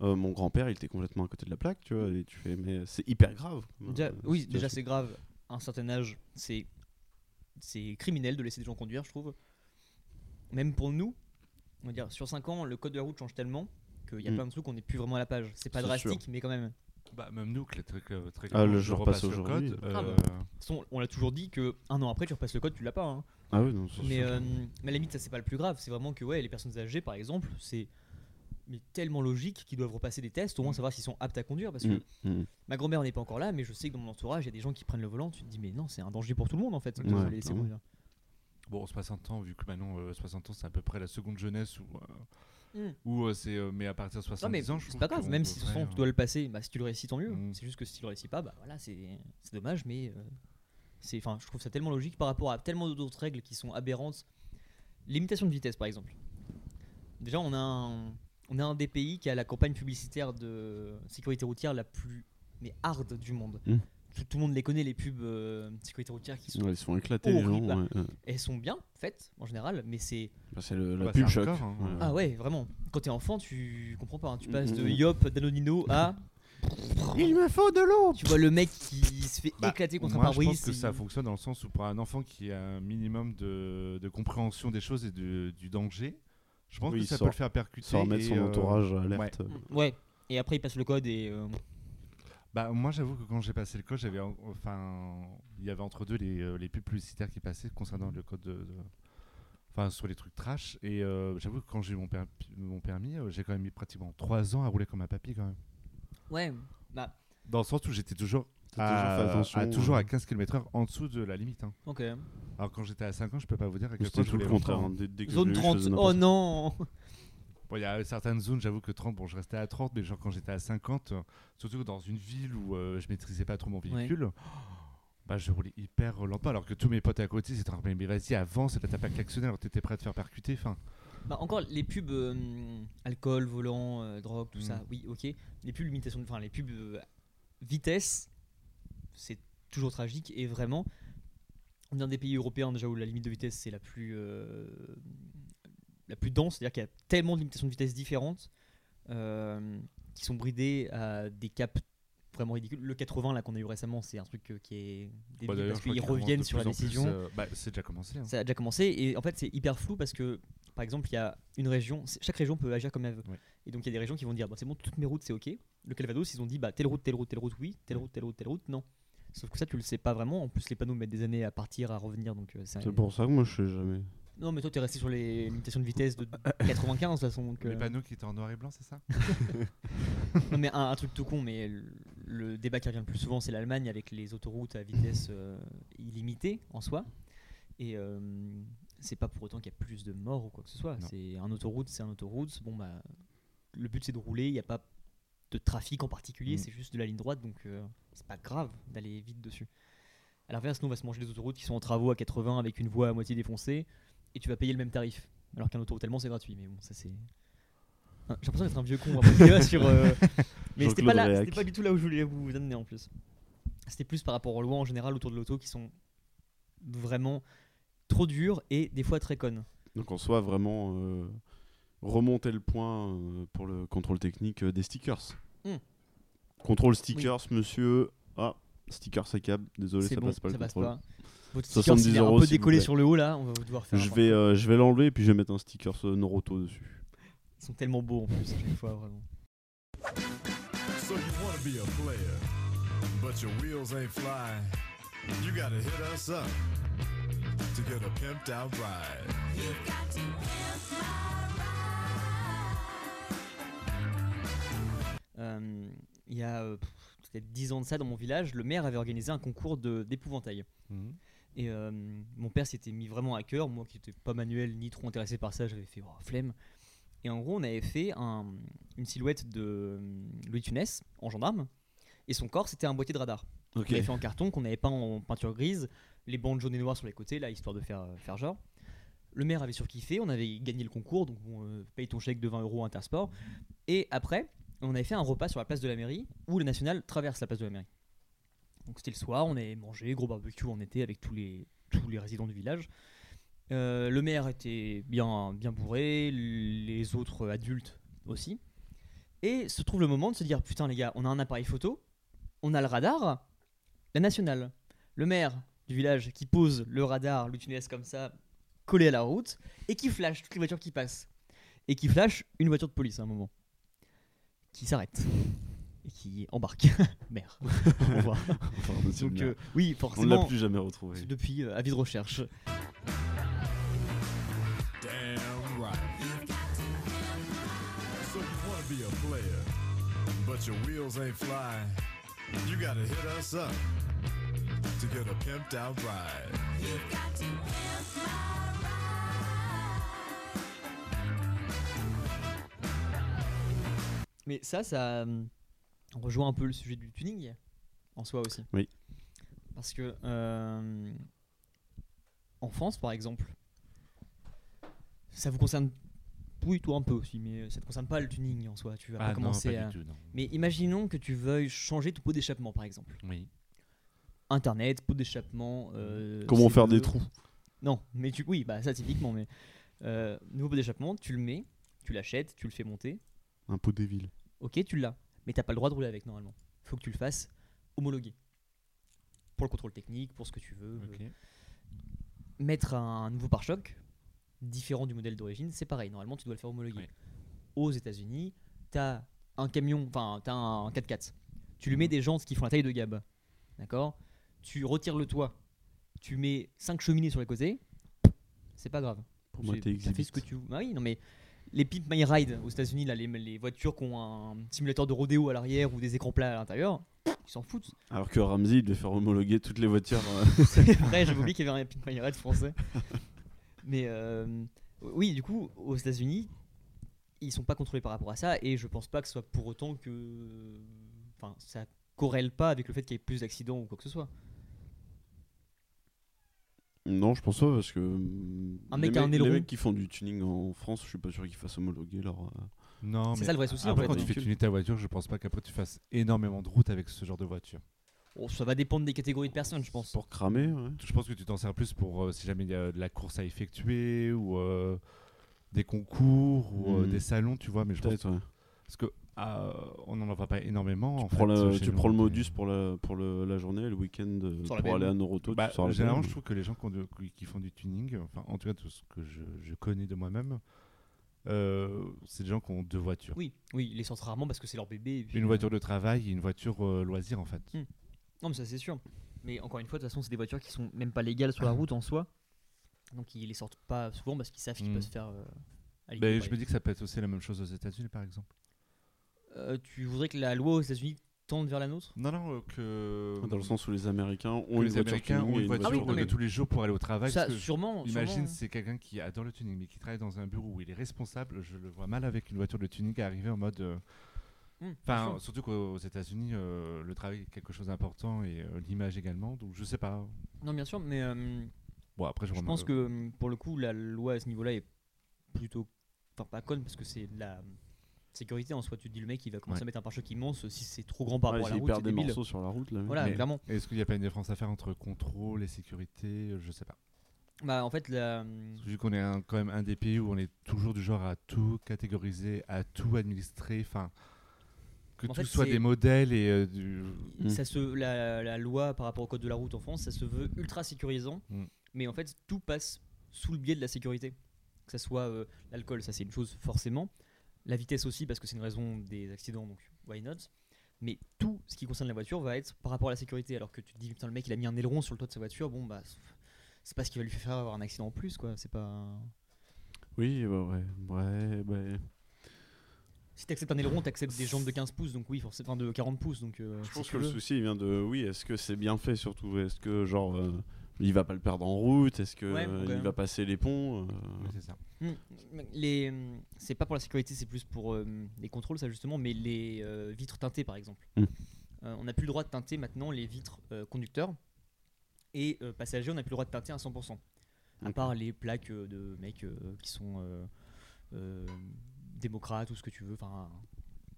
Speaker 3: Euh, mon grand-père, il était complètement à côté de la plaque, tu vois, et tu fais, mais c'est hyper grave.
Speaker 2: Déjà-
Speaker 3: Euh,
Speaker 2: oui,
Speaker 3: situation.
Speaker 2: déjà c'est grave. À un certain âge, c'est c'est criminel de laisser des gens conduire, je trouve. Même pour nous, on va dire sur 5 ans, le code de la route change tellement qu'il y a
Speaker 3: Mm.
Speaker 2: plein de trucs qu'on n'est plus vraiment à la page. C'est pas
Speaker 3: C'est
Speaker 2: drastique, mais quand même.
Speaker 4: Bah, même nous, que les trucs, euh, très
Speaker 3: Ah, le
Speaker 4: clairement,
Speaker 3: jour
Speaker 4: je
Speaker 3: passe
Speaker 4: repasse le
Speaker 3: aujourd'hui.
Speaker 4: code,
Speaker 2: Ah, De
Speaker 4: euh,
Speaker 2: toute façon, on l'a toujours dit que un an après, tu repasses le code, tu l'as pas. hein.
Speaker 3: Ah oui, non, c'est
Speaker 2: Mais,
Speaker 3: sûr.
Speaker 2: euh, mais à la limite, ça c'est pas le plus grave. C'est vraiment que ouais, les personnes âgées, par exemple, c'est mais tellement logique qu'ils doivent repasser des tests, au moins savoir s'ils sont aptes à conduire. Parce que
Speaker 3: Mm, mm.
Speaker 2: ma grand-mère n'est pas encore là, mais je sais que dans mon entourage, il y a des gens qui prennent le volant. Tu te dis, mais non, c'est un danger pour tout le monde en fait. de
Speaker 3: Ouais,
Speaker 2: les laisser
Speaker 3: clairement.
Speaker 2: conduire.
Speaker 4: Bon, 60 ans, vu que maintenant, euh, 60 ans, c'est à peu près la seconde jeunesse où, euh,
Speaker 2: Mm.
Speaker 4: où, euh, c'est. euh, mais à partir de
Speaker 2: Non
Speaker 4: 70
Speaker 2: mais
Speaker 4: ans, je
Speaker 2: c'est
Speaker 4: trouve
Speaker 2: pas grave,
Speaker 4: qu'on euh,
Speaker 2: même si de toute
Speaker 4: devrait,
Speaker 2: façon, tu dois le passer, bah, si tu le réussis tant mieux.
Speaker 4: Mm.
Speaker 2: C'est juste que si tu le réussis pas, bah voilà, c'est c'est dommage, mais euh, c'est, enfin, je trouve ça tellement logique par rapport à tellement d'autres règles qui sont aberrantes. Limitation de vitesse, par exemple. Déjà, on a un, on a un des pays qui a la campagne publicitaire de sécurité routière la plus mais hard du monde.
Speaker 3: Mm.
Speaker 2: Tout, tout le monde les connaît, les pubs euh, sécurité routière qui sont,
Speaker 3: Ouais, ils sont éclatés, les gens.
Speaker 2: horrible.
Speaker 3: ouais, ouais.
Speaker 2: elles sont bien faites en général, mais c'est
Speaker 3: Bah, c'est le- la
Speaker 4: Bah,
Speaker 3: pub
Speaker 4: c'est
Speaker 3: choc.
Speaker 4: hardcore, hein.
Speaker 3: Ouais.
Speaker 2: ah ouais vraiment. Quand t'es enfant, tu comprends pas, hein. tu passes de
Speaker 3: Mm.
Speaker 2: Yop Danonino à
Speaker 3: Il me faut de l'eau
Speaker 2: Tu vois le mec qui se fait
Speaker 4: Bah,
Speaker 2: éclater contre un
Speaker 4: Moi, je
Speaker 2: pare-brise.
Speaker 4: pense que
Speaker 2: il-
Speaker 4: ça fonctionne dans le sens où pour un enfant qui a un minimum de, de compréhension des choses et de- du danger, je pense
Speaker 3: Oui,
Speaker 4: que
Speaker 3: il
Speaker 4: ça
Speaker 3: sort-
Speaker 4: peut le faire percuter.
Speaker 3: Sans remettre
Speaker 4: et,
Speaker 3: son
Speaker 4: euh,
Speaker 3: entourage à alerte.
Speaker 2: Ouais. Et après, il passe le code et. euh,
Speaker 4: Bah, moi, j'avoue que quand j'ai passé le code, j'avais en- enfin, il y avait entre deux les, euh, les pubs publicitaires qui passaient concernant le code de, de- enfin, sur les trucs trash. Et euh, j'avoue que quand j'ai eu mon, per- mon permis, euh, j'ai quand même mis pratiquement 3 ans à rouler comme un papy quand même.
Speaker 2: Ouais. Bah,
Speaker 4: Dans le sens où j'étais toujours,
Speaker 3: T'as
Speaker 4: à,
Speaker 3: toujours fait attention, hein.
Speaker 4: à, Euh, ah, toujours
Speaker 3: ouais.
Speaker 4: à 15 km/h en dessous de la limite. hein.
Speaker 2: ok.
Speaker 4: Alors quand j'étais à 5 ans, je peux pas vous dire à quel point
Speaker 3: C'était
Speaker 4: je
Speaker 3: tout le
Speaker 4: voulais
Speaker 3: contraire.
Speaker 4: longtemps.
Speaker 3: hein. Dès- dès que je
Speaker 2: Zone
Speaker 3: l'ai eu, je
Speaker 2: 30.
Speaker 3: faisais
Speaker 2: Oh
Speaker 3: n'importe
Speaker 2: non
Speaker 4: Bon, il y a certaines zones, j'avoue que 30, bon, je restais à 30, mais genre quand j'étais à 50, euh, surtout dans une ville où euh, je maîtrisais pas trop mon véhicule, *gasps* bah, je roulais hyper lentement, alors que tous mes potes à côté, c'était en train de me dire, avance, là, t'as pas klaxonné, alors t'étais prêt à te faire percuter, enfin.
Speaker 2: Bah, encore les pubs euh, alcool, volant, euh, drogue, tout
Speaker 4: Mm.
Speaker 2: ça. Oui, ok. Les pubs limitation. Enfin, les pubs euh, vitesse, c'est toujours tragique et vraiment. On est dans des pays européens déjà où la limite de vitesse c'est la plus euh, la plus dense, c'est-à-dire qu'il y a tellement de limitations de vitesse différentes euh, qui sont bridées à des caps vraiment ridicules. Le 80 là qu'on a eu récemment, c'est un truc euh, qui est débile
Speaker 4: Bah, d'ailleurs,
Speaker 2: parce
Speaker 4: je
Speaker 2: qu'ils
Speaker 4: crois qu'il commence
Speaker 2: reviennent
Speaker 4: de
Speaker 2: sur la
Speaker 4: plus en plus,
Speaker 2: décision.
Speaker 4: euh, bah, c'est déjà commencé. hein.
Speaker 2: Mmh. Ça a déjà commencé et en fait c'est hyper flou parce que par exemple il y a une région, c'est- chaque région peut agir comme elle veut.
Speaker 4: Ouais.
Speaker 2: Et donc il y a des régions qui vont dire bah, c'est bon toutes mes routes c'est ok. Le Calvados ils ont dit bah telle route, telle route, telle route oui, telle route, telle route, telle route non. Sauf que ça tu le sais pas vraiment. En plus les panneaux mettent des années à partir, à revenir donc euh, c'est.
Speaker 3: chose. C'est pour ça que moi je sais jamais.
Speaker 2: Non mais toi t'es resté sur les limitations de vitesse de 95 de toute façon donc.
Speaker 4: Les
Speaker 2: euh,
Speaker 4: panneaux qui étaient en noir et blanc, c'est ça
Speaker 2: *laughs* Non, mais un, un truc tout con, mais le, le débat qui revient le plus souvent, c'est l'Allemagne avec les autoroutes à vitesse euh, illimitée en soi. Et euh, c'est pas pour autant qu'il y a plus de morts ou quoi que ce soit.
Speaker 4: Non.
Speaker 2: C'est un autoroute, c'est un autoroute. Bon bah, le but c'est de rouler. Il n'y a pas de trafic en particulier.
Speaker 4: Mm.
Speaker 2: C'est juste de la ligne droite, donc euh, c'est pas grave d'aller vite dessus. À l'inverse, nous on va se manger des autoroutes qui sont en travaux à 80 avec une voie à moitié défoncée, et tu vas payer le même tarif. Alors qu'un autoroute allemand c'est gratuit, mais bon ça c'est. Ah, J'ai l'impression d'être un vieux con, vraiment, qui va sur.
Speaker 3: *laughs*
Speaker 2: euh, Mais c'était
Speaker 3: Jean-Claude
Speaker 2: pas là,
Speaker 3: Réac.
Speaker 2: c'était pas du tout là où je voulais vous amener en plus. C'était plus par rapport aux lois en général autour de l'auto qui sont vraiment trop dures et des fois très connes.
Speaker 3: Donc en soi, vraiment euh, remonter le point euh, pour le contrôle technique euh, des stickers.
Speaker 2: Hmm.
Speaker 3: Contrôle stickers, monsieur. Ah, stickers à câble, désolé,
Speaker 2: C'est
Speaker 3: ça
Speaker 2: bon,
Speaker 3: passe pas
Speaker 2: ça
Speaker 3: le
Speaker 2: passe
Speaker 3: contrôle.
Speaker 2: pas. Votre
Speaker 3: 70
Speaker 2: sticker, il est un
Speaker 3: euros,
Speaker 2: peu
Speaker 3: s'il vous
Speaker 2: décollé
Speaker 3: plaît.
Speaker 2: sur le haut là, on va devoir faire. un
Speaker 3: Je
Speaker 2: point.
Speaker 3: vais, euh, je vais l'enlever et puis je vais mettre un sticker euh, Naruto dessus.
Speaker 2: Ils sont tellement beaux en plus à chaque fois vraiment.
Speaker 5: So you want to be a player, but your wheels ain't fly. You got to hit us up to get a pimped out ride.
Speaker 2: Euh, Il y a euh, pff, peut-être 10 ans de ça dans mon village, le maire avait organisé un concours de- d'épouvantail.
Speaker 4: Mhm.
Speaker 2: Et euh, mon père s'était mis vraiment à cœur, moi qui n'étais pas manuel ni trop intéressé par ça, j'avais fait oh, flemme. Et en gros, on avait fait un- une silhouette de euh, Louis de Funès en gendarme, et son corps c'était un boîtier de radar.
Speaker 3: Ok.
Speaker 2: On avait fait en carton, qu'on avait peint en peinture grise, les bandes jaunes et noires sur les côtés, là, histoire de faire, euh, faire genre. Le maire avait surkiffé, on avait gagné le concours, donc on paye ton chèque de 20 euros à Intersport. Et après, on avait fait un repas sur la place de la mairie, où le national traverse la place de la mairie. Donc c'était le soir, on avait mangé, gros barbecue en été avec tous les, tous les résidents du village. Euh, le maire était bien, bien bourré, les autres adultes aussi. Et se trouve le moment de se dire Putain, les gars, on a un appareil photo, on a le radar, la nationale. Le maire du village qui pose le radar, le tunnel comme ça, collé à la route, et qui flash toutes les voitures qui passent. Et qui flash une voiture de police à un moment. Qui s'arrête. Et qui embarque. *laughs* Merde. Au revoir.
Speaker 3: Enfin,
Speaker 2: *laughs*
Speaker 3: monsieur
Speaker 2: Donc,
Speaker 3: le
Speaker 2: euh,
Speaker 3: maire.
Speaker 2: oui,
Speaker 3: on ne l'a
Speaker 2: forcément.
Speaker 3: plus jamais retrouvé.
Speaker 2: Depuis, euh, avis de recherche.
Speaker 5: Damn right. So you want to be a player, but your wheels ain't fly. You got to hit us up to get a pimped out ride.
Speaker 2: Mais ça, ça euh, rejoint un peu le sujet du tuning en soi aussi.
Speaker 3: Oui.
Speaker 2: Parce que euh, en France, par exemple, ça vous concerne, oui, toi un peu aussi, mais euh, ça te concerne pas le tuning en soi. Tu vas pas
Speaker 4: Ah non,
Speaker 2: commencer
Speaker 4: pas
Speaker 2: à-
Speaker 4: du tout, non.
Speaker 2: Mais imaginons que tu veuilles changer ton pot d'échappement, par exemple.
Speaker 4: Oui.
Speaker 2: Internet, pot d'échappement. euh,
Speaker 3: Comment faire
Speaker 2: CE.
Speaker 3: des trous
Speaker 2: Non, mais tu, oui, bah ça typiquement, mais euh, nouveau pot d'échappement, tu le mets, tu l'achètes, tu le fais monter.
Speaker 3: Un pot des villes.
Speaker 2: Ok, tu l'as. Mais t'as pas le droit de rouler avec normalement. Faut que tu le fasses homologué. Pour le contrôle technique, pour ce que tu veux.
Speaker 4: Ok.
Speaker 2: Mettre un nouveau pare-choc, différent du modèle d'origine, c'est pareil. Normalement, tu dois le faire homologuer.
Speaker 4: Oui.
Speaker 2: Aux États-Unis, t'as un camion, enfin, t'as un 4x4. Tu lui mets des jantes qui font la taille de Gab. D'accord Tu retires le toit. Tu mets 5 cheminées sur les côtés. C'est pas grave.
Speaker 3: Pour moi,
Speaker 2: C'est-
Speaker 3: t'es
Speaker 2: ça fait ce que
Speaker 3: exhibit.
Speaker 2: tu Ah oui, non mais les Pimp My Ride aux États-Unis, là, les, les voitures qui ont un simulateur de rodéo à l'arrière ou des écrans plats à l'intérieur, ils s'en foutent.
Speaker 3: Alors que Ramsey, il devait faire homologuer toutes les voitures. euh,
Speaker 2: C'est
Speaker 4: *laughs*
Speaker 2: vrai, j'avais oublié qu'il y avait un Pimp My Ride français. Mais euh, oui, du coup, aux États-Unis, ils sont pas contrôlés par rapport à ça et je pense pas que ce soit pour autant que. Enfin, ça corrèle pas avec le fait qu'il y ait plus d'accidents ou quoi que ce soit.
Speaker 3: *laughs* Non, je pense pas parce que. euh,
Speaker 2: Un
Speaker 3: les
Speaker 2: mec a un
Speaker 3: mecs- Les
Speaker 2: aileron.
Speaker 3: mecs qui font du tuning en France, je suis pas sûr qu'ils fassent homologuer leur. euh,
Speaker 4: Non,
Speaker 2: C'est
Speaker 4: mais
Speaker 2: ça le vrai souci en
Speaker 4: après,
Speaker 2: fait.
Speaker 4: quand tu
Speaker 3: hein.
Speaker 4: fais tuner ta voiture, je pense pas qu'après tu fasses énormément de route avec ce genre de voiture.
Speaker 2: Oh, ça va dépendre des catégories de personnes, je pense.
Speaker 3: Pour cramer, ouais.
Speaker 4: Je pense que tu t'en sers plus pour euh, si jamais il y a de la course à effectuer ou euh, des concours ou euh,
Speaker 3: Mhm.
Speaker 4: des salons, tu vois. Mais je pense
Speaker 3: Peut-être, ouais.
Speaker 4: parce que euh, on n'en en voit pas énormément. en
Speaker 3: Tu prends,
Speaker 4: fait,
Speaker 3: la-
Speaker 4: chez
Speaker 3: tu
Speaker 4: nous,
Speaker 3: prends le
Speaker 4: mais-
Speaker 3: modus pour la, pour le- la journée, le week-end, euh,
Speaker 2: Sur
Speaker 3: pour
Speaker 2: la BM.
Speaker 3: aller à Noroto.
Speaker 4: Bah,
Speaker 3: tu sors la
Speaker 4: généralement,
Speaker 3: BM.
Speaker 4: je trouve que les gens qui, ont de- qui- qui font du tuning, enfin, en tout cas, tout ce que je, je connais de moi-même, euh, c'est des gens qui ont deux voitures.
Speaker 2: Oui, oui, ils les sortent rarement parce que c'est leur bébé. et puis,
Speaker 4: Une
Speaker 2: euh, Hmm.
Speaker 4: voiture de travail et une voiture euh, loisir, en fait.
Speaker 2: Non, mais ça c'est sûr. Mais encore une fois, de toute façon, c'est des voitures qui sont même pas légales sur la
Speaker 4: Ah.
Speaker 2: route en soi. Donc ils les sortent pas souvent parce qu'ils savent qu'ils
Speaker 4: Mm.
Speaker 2: peuvent se faire. euh,
Speaker 4: Mais
Speaker 2: aliguer
Speaker 4: Ben, je
Speaker 2: par
Speaker 4: me
Speaker 2: les-
Speaker 4: dis que ça peut être aussi la même chose aux États-Unis, par exemple.
Speaker 2: Euh, tu voudrais que la loi aux États-Unis tende vers la nôtre
Speaker 4: Non, non, euh, que.
Speaker 3: Ah, Dans le sens où les Américains ont
Speaker 4: que
Speaker 3: une
Speaker 4: les
Speaker 3: voiture
Speaker 4: Américains
Speaker 3: tuning
Speaker 4: ont
Speaker 3: et
Speaker 4: une voiture
Speaker 2: Ah oui, non,
Speaker 4: de
Speaker 2: mais-
Speaker 4: tous les jours pour aller au travail.
Speaker 2: Ça,
Speaker 4: Bah, parce que
Speaker 2: sûrement. hein.
Speaker 4: Imagine,
Speaker 2: sûrement.
Speaker 4: c'est quelqu'un qui adore le tuning, mais qui travaille dans un bureau où il est responsable. Je le vois mal avec une voiture de tuning arriver en mode. euh,
Speaker 2: Mm, bien
Speaker 4: Enfin,
Speaker 2: sûr.
Speaker 4: surtout qu'aux États-Unis, euh, le travail est quelque chose d'important et euh, l'image également. Donc, je sais pas.
Speaker 2: Non, bien sûr, mais euh,
Speaker 4: Bon, après, je,
Speaker 2: je
Speaker 4: remets-
Speaker 2: pense que hum, pour le coup, la loi à ce niveau-là est plutôt. Enfin, pas conne parce que c'est de la hum, sécurité en soi. Tu te dis le mec, il va commencer
Speaker 4: Ouais.
Speaker 2: à mettre un pare-choc immense si c'est trop grand par
Speaker 3: Ouais,
Speaker 2: rapport à la
Speaker 3: Bah, ils
Speaker 2: route. Ah
Speaker 3: perdent
Speaker 2: c'est
Speaker 3: des
Speaker 2: débile.
Speaker 3: morceaux sur la route, là.
Speaker 2: Voilà,
Speaker 4: Mais-
Speaker 2: clairement.
Speaker 4: euh, Est-ce qu'il n'y a pas une différence à faire entre contrôle et sécurité euh, Je sais pas.
Speaker 2: Bah, en fait, la. hum,
Speaker 4: Vu qu'on est un- quand même un des pays où on est toujours du genre à tout catégoriser, à tout administrer, enfin. Que
Speaker 2: En
Speaker 4: tout
Speaker 2: fait,
Speaker 4: soit
Speaker 2: c'est-
Speaker 4: des modèles et euh, du.
Speaker 3: Mm.
Speaker 2: ça se, la, la loi par rapport au code de la route en France, ça se veut ultra sécurisant,
Speaker 4: Mm.
Speaker 2: mais en fait tout passe sous le biais de la sécurité. Que ça soit euh, l'alcool, ça c'est une chose forcément, la vitesse aussi parce que c'est une raison des accidents, donc why not. Mais tout ce qui concerne la voiture va être par rapport à la sécurité. Alors que tu te dis putain le mec il a mis un aileron sur le toit de sa voiture, bon bah c'est pas ce qui va lui faire avoir un accident en plus quoi. C'est pas
Speaker 3: Oui, bah ouais. Ouais, bah.
Speaker 2: si t'acceptes un aileron, t'acceptes des jambes de 15 pouces donc oui forcément enfin, de 40 pouces donc. euh,
Speaker 3: Je
Speaker 2: si
Speaker 3: pense
Speaker 2: tu
Speaker 3: que le
Speaker 2: veux.
Speaker 3: souci il vient de oui, est-ce que c'est bien fait surtout Est-ce que genre euh, il va pas le perdre en route Est-ce que
Speaker 2: Ouais,
Speaker 3: euh,
Speaker 2: quand
Speaker 3: il
Speaker 2: même.
Speaker 3: va passer les ponts euh,
Speaker 4: Oui, c'est ça.
Speaker 2: Mm, mais Les, mm, c'est pas pour la sécurité, c'est plus pour euh, les contrôles, ça justement, mais les euh, vitres teintées par exemple.
Speaker 3: Mm.
Speaker 2: Euh, on n'a plus le droit de teinter maintenant les vitres euh, conducteurs et euh, passagers, on n'a plus le droit de teinter à 100%. À
Speaker 3: Ok.
Speaker 2: part les plaques euh, de mecs euh, qui sont euh, euh, démocrates ou ce que tu veux, enfin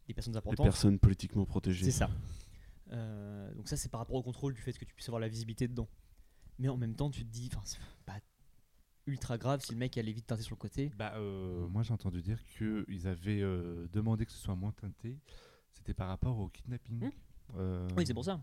Speaker 2: des personnes
Speaker 3: Les
Speaker 2: importantes.
Speaker 3: personnes politiquement protégées.
Speaker 2: C'est ça. Euh, donc ça, c'est par rapport au contrôle du fait que tu puisses avoir la visibilité dedans. Mais en même temps, tu te dis, enfin, c'est pas ultra grave si le mec allait vite teinter sur le côté.
Speaker 4: Bah, euh, moi j'ai entendu dire qu'ils avaient euh, demandé que ce soit moins teinté. C'était par rapport au kidnapping.
Speaker 2: Hmm.
Speaker 4: Euh,
Speaker 2: Oui, c'est pour ça.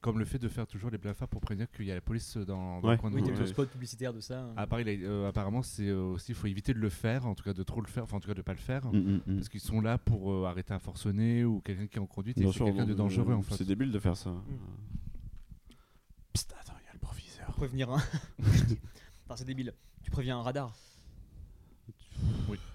Speaker 4: Comme le fait de faire toujours les blafards pour prévenir qu'il y a la police dans, dans
Speaker 3: Ouais.
Speaker 4: le coin de
Speaker 2: Oui,
Speaker 4: rue.
Speaker 2: t'as
Speaker 3: Ouais.
Speaker 2: vu le spot publicitaire de ça. hein.
Speaker 3: Ah.
Speaker 4: À Paris, là, euh, apparemment, c'est euh, aussi, il faut éviter de le faire, en tout cas de trop le faire, enfin en tout cas de pas le faire,
Speaker 3: Mm, mm, mm.
Speaker 4: parce qu'ils sont là pour euh, arrêter un forcené ou quelqu'un qui est en conduite et
Speaker 3: Bien
Speaker 4: c'est
Speaker 3: sûr,
Speaker 4: quelqu'un de
Speaker 3: euh,
Speaker 4: dangereux en fait.
Speaker 3: C'est débile de faire ça.
Speaker 2: Mm.
Speaker 3: Psst, attends, il y a le proviseur.
Speaker 2: Prévenir un. *laughs* enfin, c'est débile. Tu préviens un radar.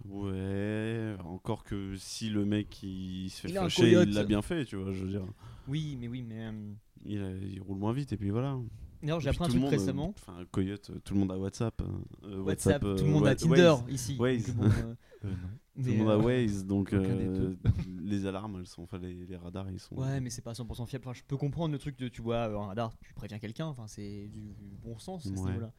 Speaker 3: Ouais, encore que si le mec il se fait
Speaker 2: Il a un
Speaker 3: flasher, il
Speaker 2: coyote.
Speaker 3: l'a bien fait, tu vois, je veux dire.
Speaker 2: Oui, mais oui, mais. euh,
Speaker 3: Il, a- il roule moins vite et puis voilà.
Speaker 2: D'ailleurs, j'ai
Speaker 3: Et puis
Speaker 2: appris un truc
Speaker 3: tout le monde, euh,
Speaker 2: récemment.
Speaker 3: Enfin, coyote, euh, tout le monde a WhatsApp. euh, euh,
Speaker 2: WhatsApp,
Speaker 3: euh,
Speaker 2: tout le monde
Speaker 3: Wa-
Speaker 2: a Tinder
Speaker 3: Waze.
Speaker 2: ici.
Speaker 3: Waze.
Speaker 2: Donc, bon, euh,
Speaker 3: *laughs*
Speaker 4: Euh, non.
Speaker 3: Tout le
Speaker 2: mais,
Speaker 3: monde a
Speaker 2: euh,
Speaker 3: Waze, donc
Speaker 4: Aucun des
Speaker 3: euh, *laughs* les alarmes, elles sont, enfin les, les radars, ils sont.
Speaker 2: Ouais, mais c'est pas 100% fiable. Enfin, je peux comprendre le truc de, tu vois, un radar, tu préviens quelqu'un. Enfin, c'est du bon sens à ce
Speaker 3: Ouais.
Speaker 2: niveau-là.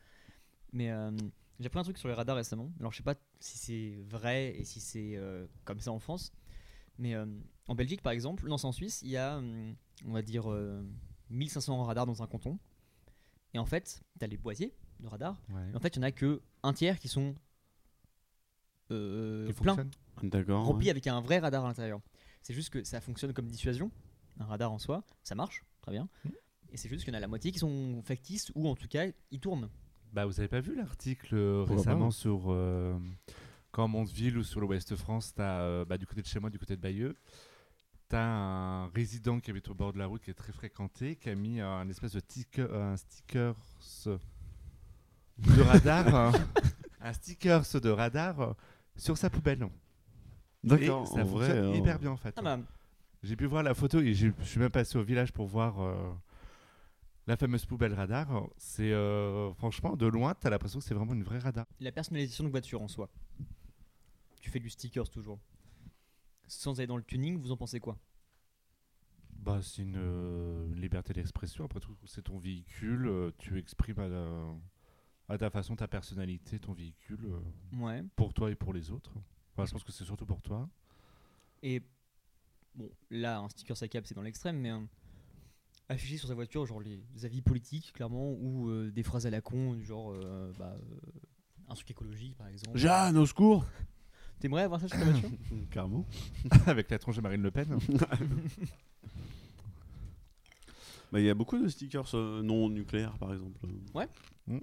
Speaker 2: Mais euh, j'ai appris un truc sur les radars récemment. Alors, je sais pas si c'est vrai et si c'est euh, comme ça en France. Mais euh, en Belgique, par exemple, non, c'est en Suisse, il y a, hum, on va dire, euh, 1500 radars dans un canton. Et en fait, t'as les boisiers de radars.
Speaker 4: Ouais.
Speaker 2: Et en fait, il y en a que un tiers qui sont euh,
Speaker 4: Qui
Speaker 2: pleins
Speaker 4: fonctionne
Speaker 3: D'accord.
Speaker 2: rempli
Speaker 3: ouais.
Speaker 2: avec un vrai radar à l'intérieur. C'est juste que ça fonctionne comme dissuasion. Un radar en soi, ça marche, très bien.
Speaker 3: Mm.
Speaker 4: Mhm.
Speaker 2: Et c'est juste qu'il y en a la moitié qui sont factices ou en tout cas ils tournent.
Speaker 4: Bah, vous avez pas vu l'article euh,
Speaker 3: Pourquoi pas,
Speaker 4: récemment
Speaker 3: hein.
Speaker 4: sur euh, quand Mondeville ou sur l'Ouest de France, t'as euh, bah, du côté de chez moi, du côté de Bayeux, t'as un résident qui habite au bord de la route qui est très fréquenté, qui a mis un espèce de ticker, un stickers de
Speaker 3: *laughs*
Speaker 4: radar, hein, un stickers de radar euh, sur sa poubelle.
Speaker 3: D'accord,
Speaker 4: Et ça
Speaker 3: en vrai,
Speaker 4: fonctionne
Speaker 3: euh,
Speaker 4: hyper bien en fait.
Speaker 2: Ah bah,
Speaker 4: J'ai pu voir la photo et j'ai- je suis même passé au village pour voir euh, la fameuse poubelle radar. C'est euh, franchement de loin, t'as l'impression que c'est vraiment une vraie radar.
Speaker 2: la personnalisation de voiture en soi. Tu fais du stickers toujours. Sans aller dans le tuning, vous en pensez quoi
Speaker 4: Bah, c'est une euh, une liberté d'expression. Après tout, c'est ton véhicule. euh, tu exprimes à, la- à ta façon ta personnalité, ton véhicule euh,
Speaker 2: Ouais.
Speaker 4: pour toi et pour les autres. Enfin, je pense que c'est surtout pour toi. *laughs*
Speaker 2: Et bon, là, un sticker à cap, c'est dans l'extrême, mais hein, afficher sur sa voiture, genre les avis politiques, clairement, ou euh, des phrases à la con, du genre euh, bah, euh, un truc écologique, par exemple.
Speaker 3: Jeanne, au secours
Speaker 2: T'aimerais avoir ça sur ta voiture
Speaker 3: Carrément.
Speaker 4: Avec la tronche de Marine Le Pen.
Speaker 3: Bah, il y a beaucoup de stickers euh, non nucléaires, par exemple.
Speaker 2: Ouais.
Speaker 4: Mm.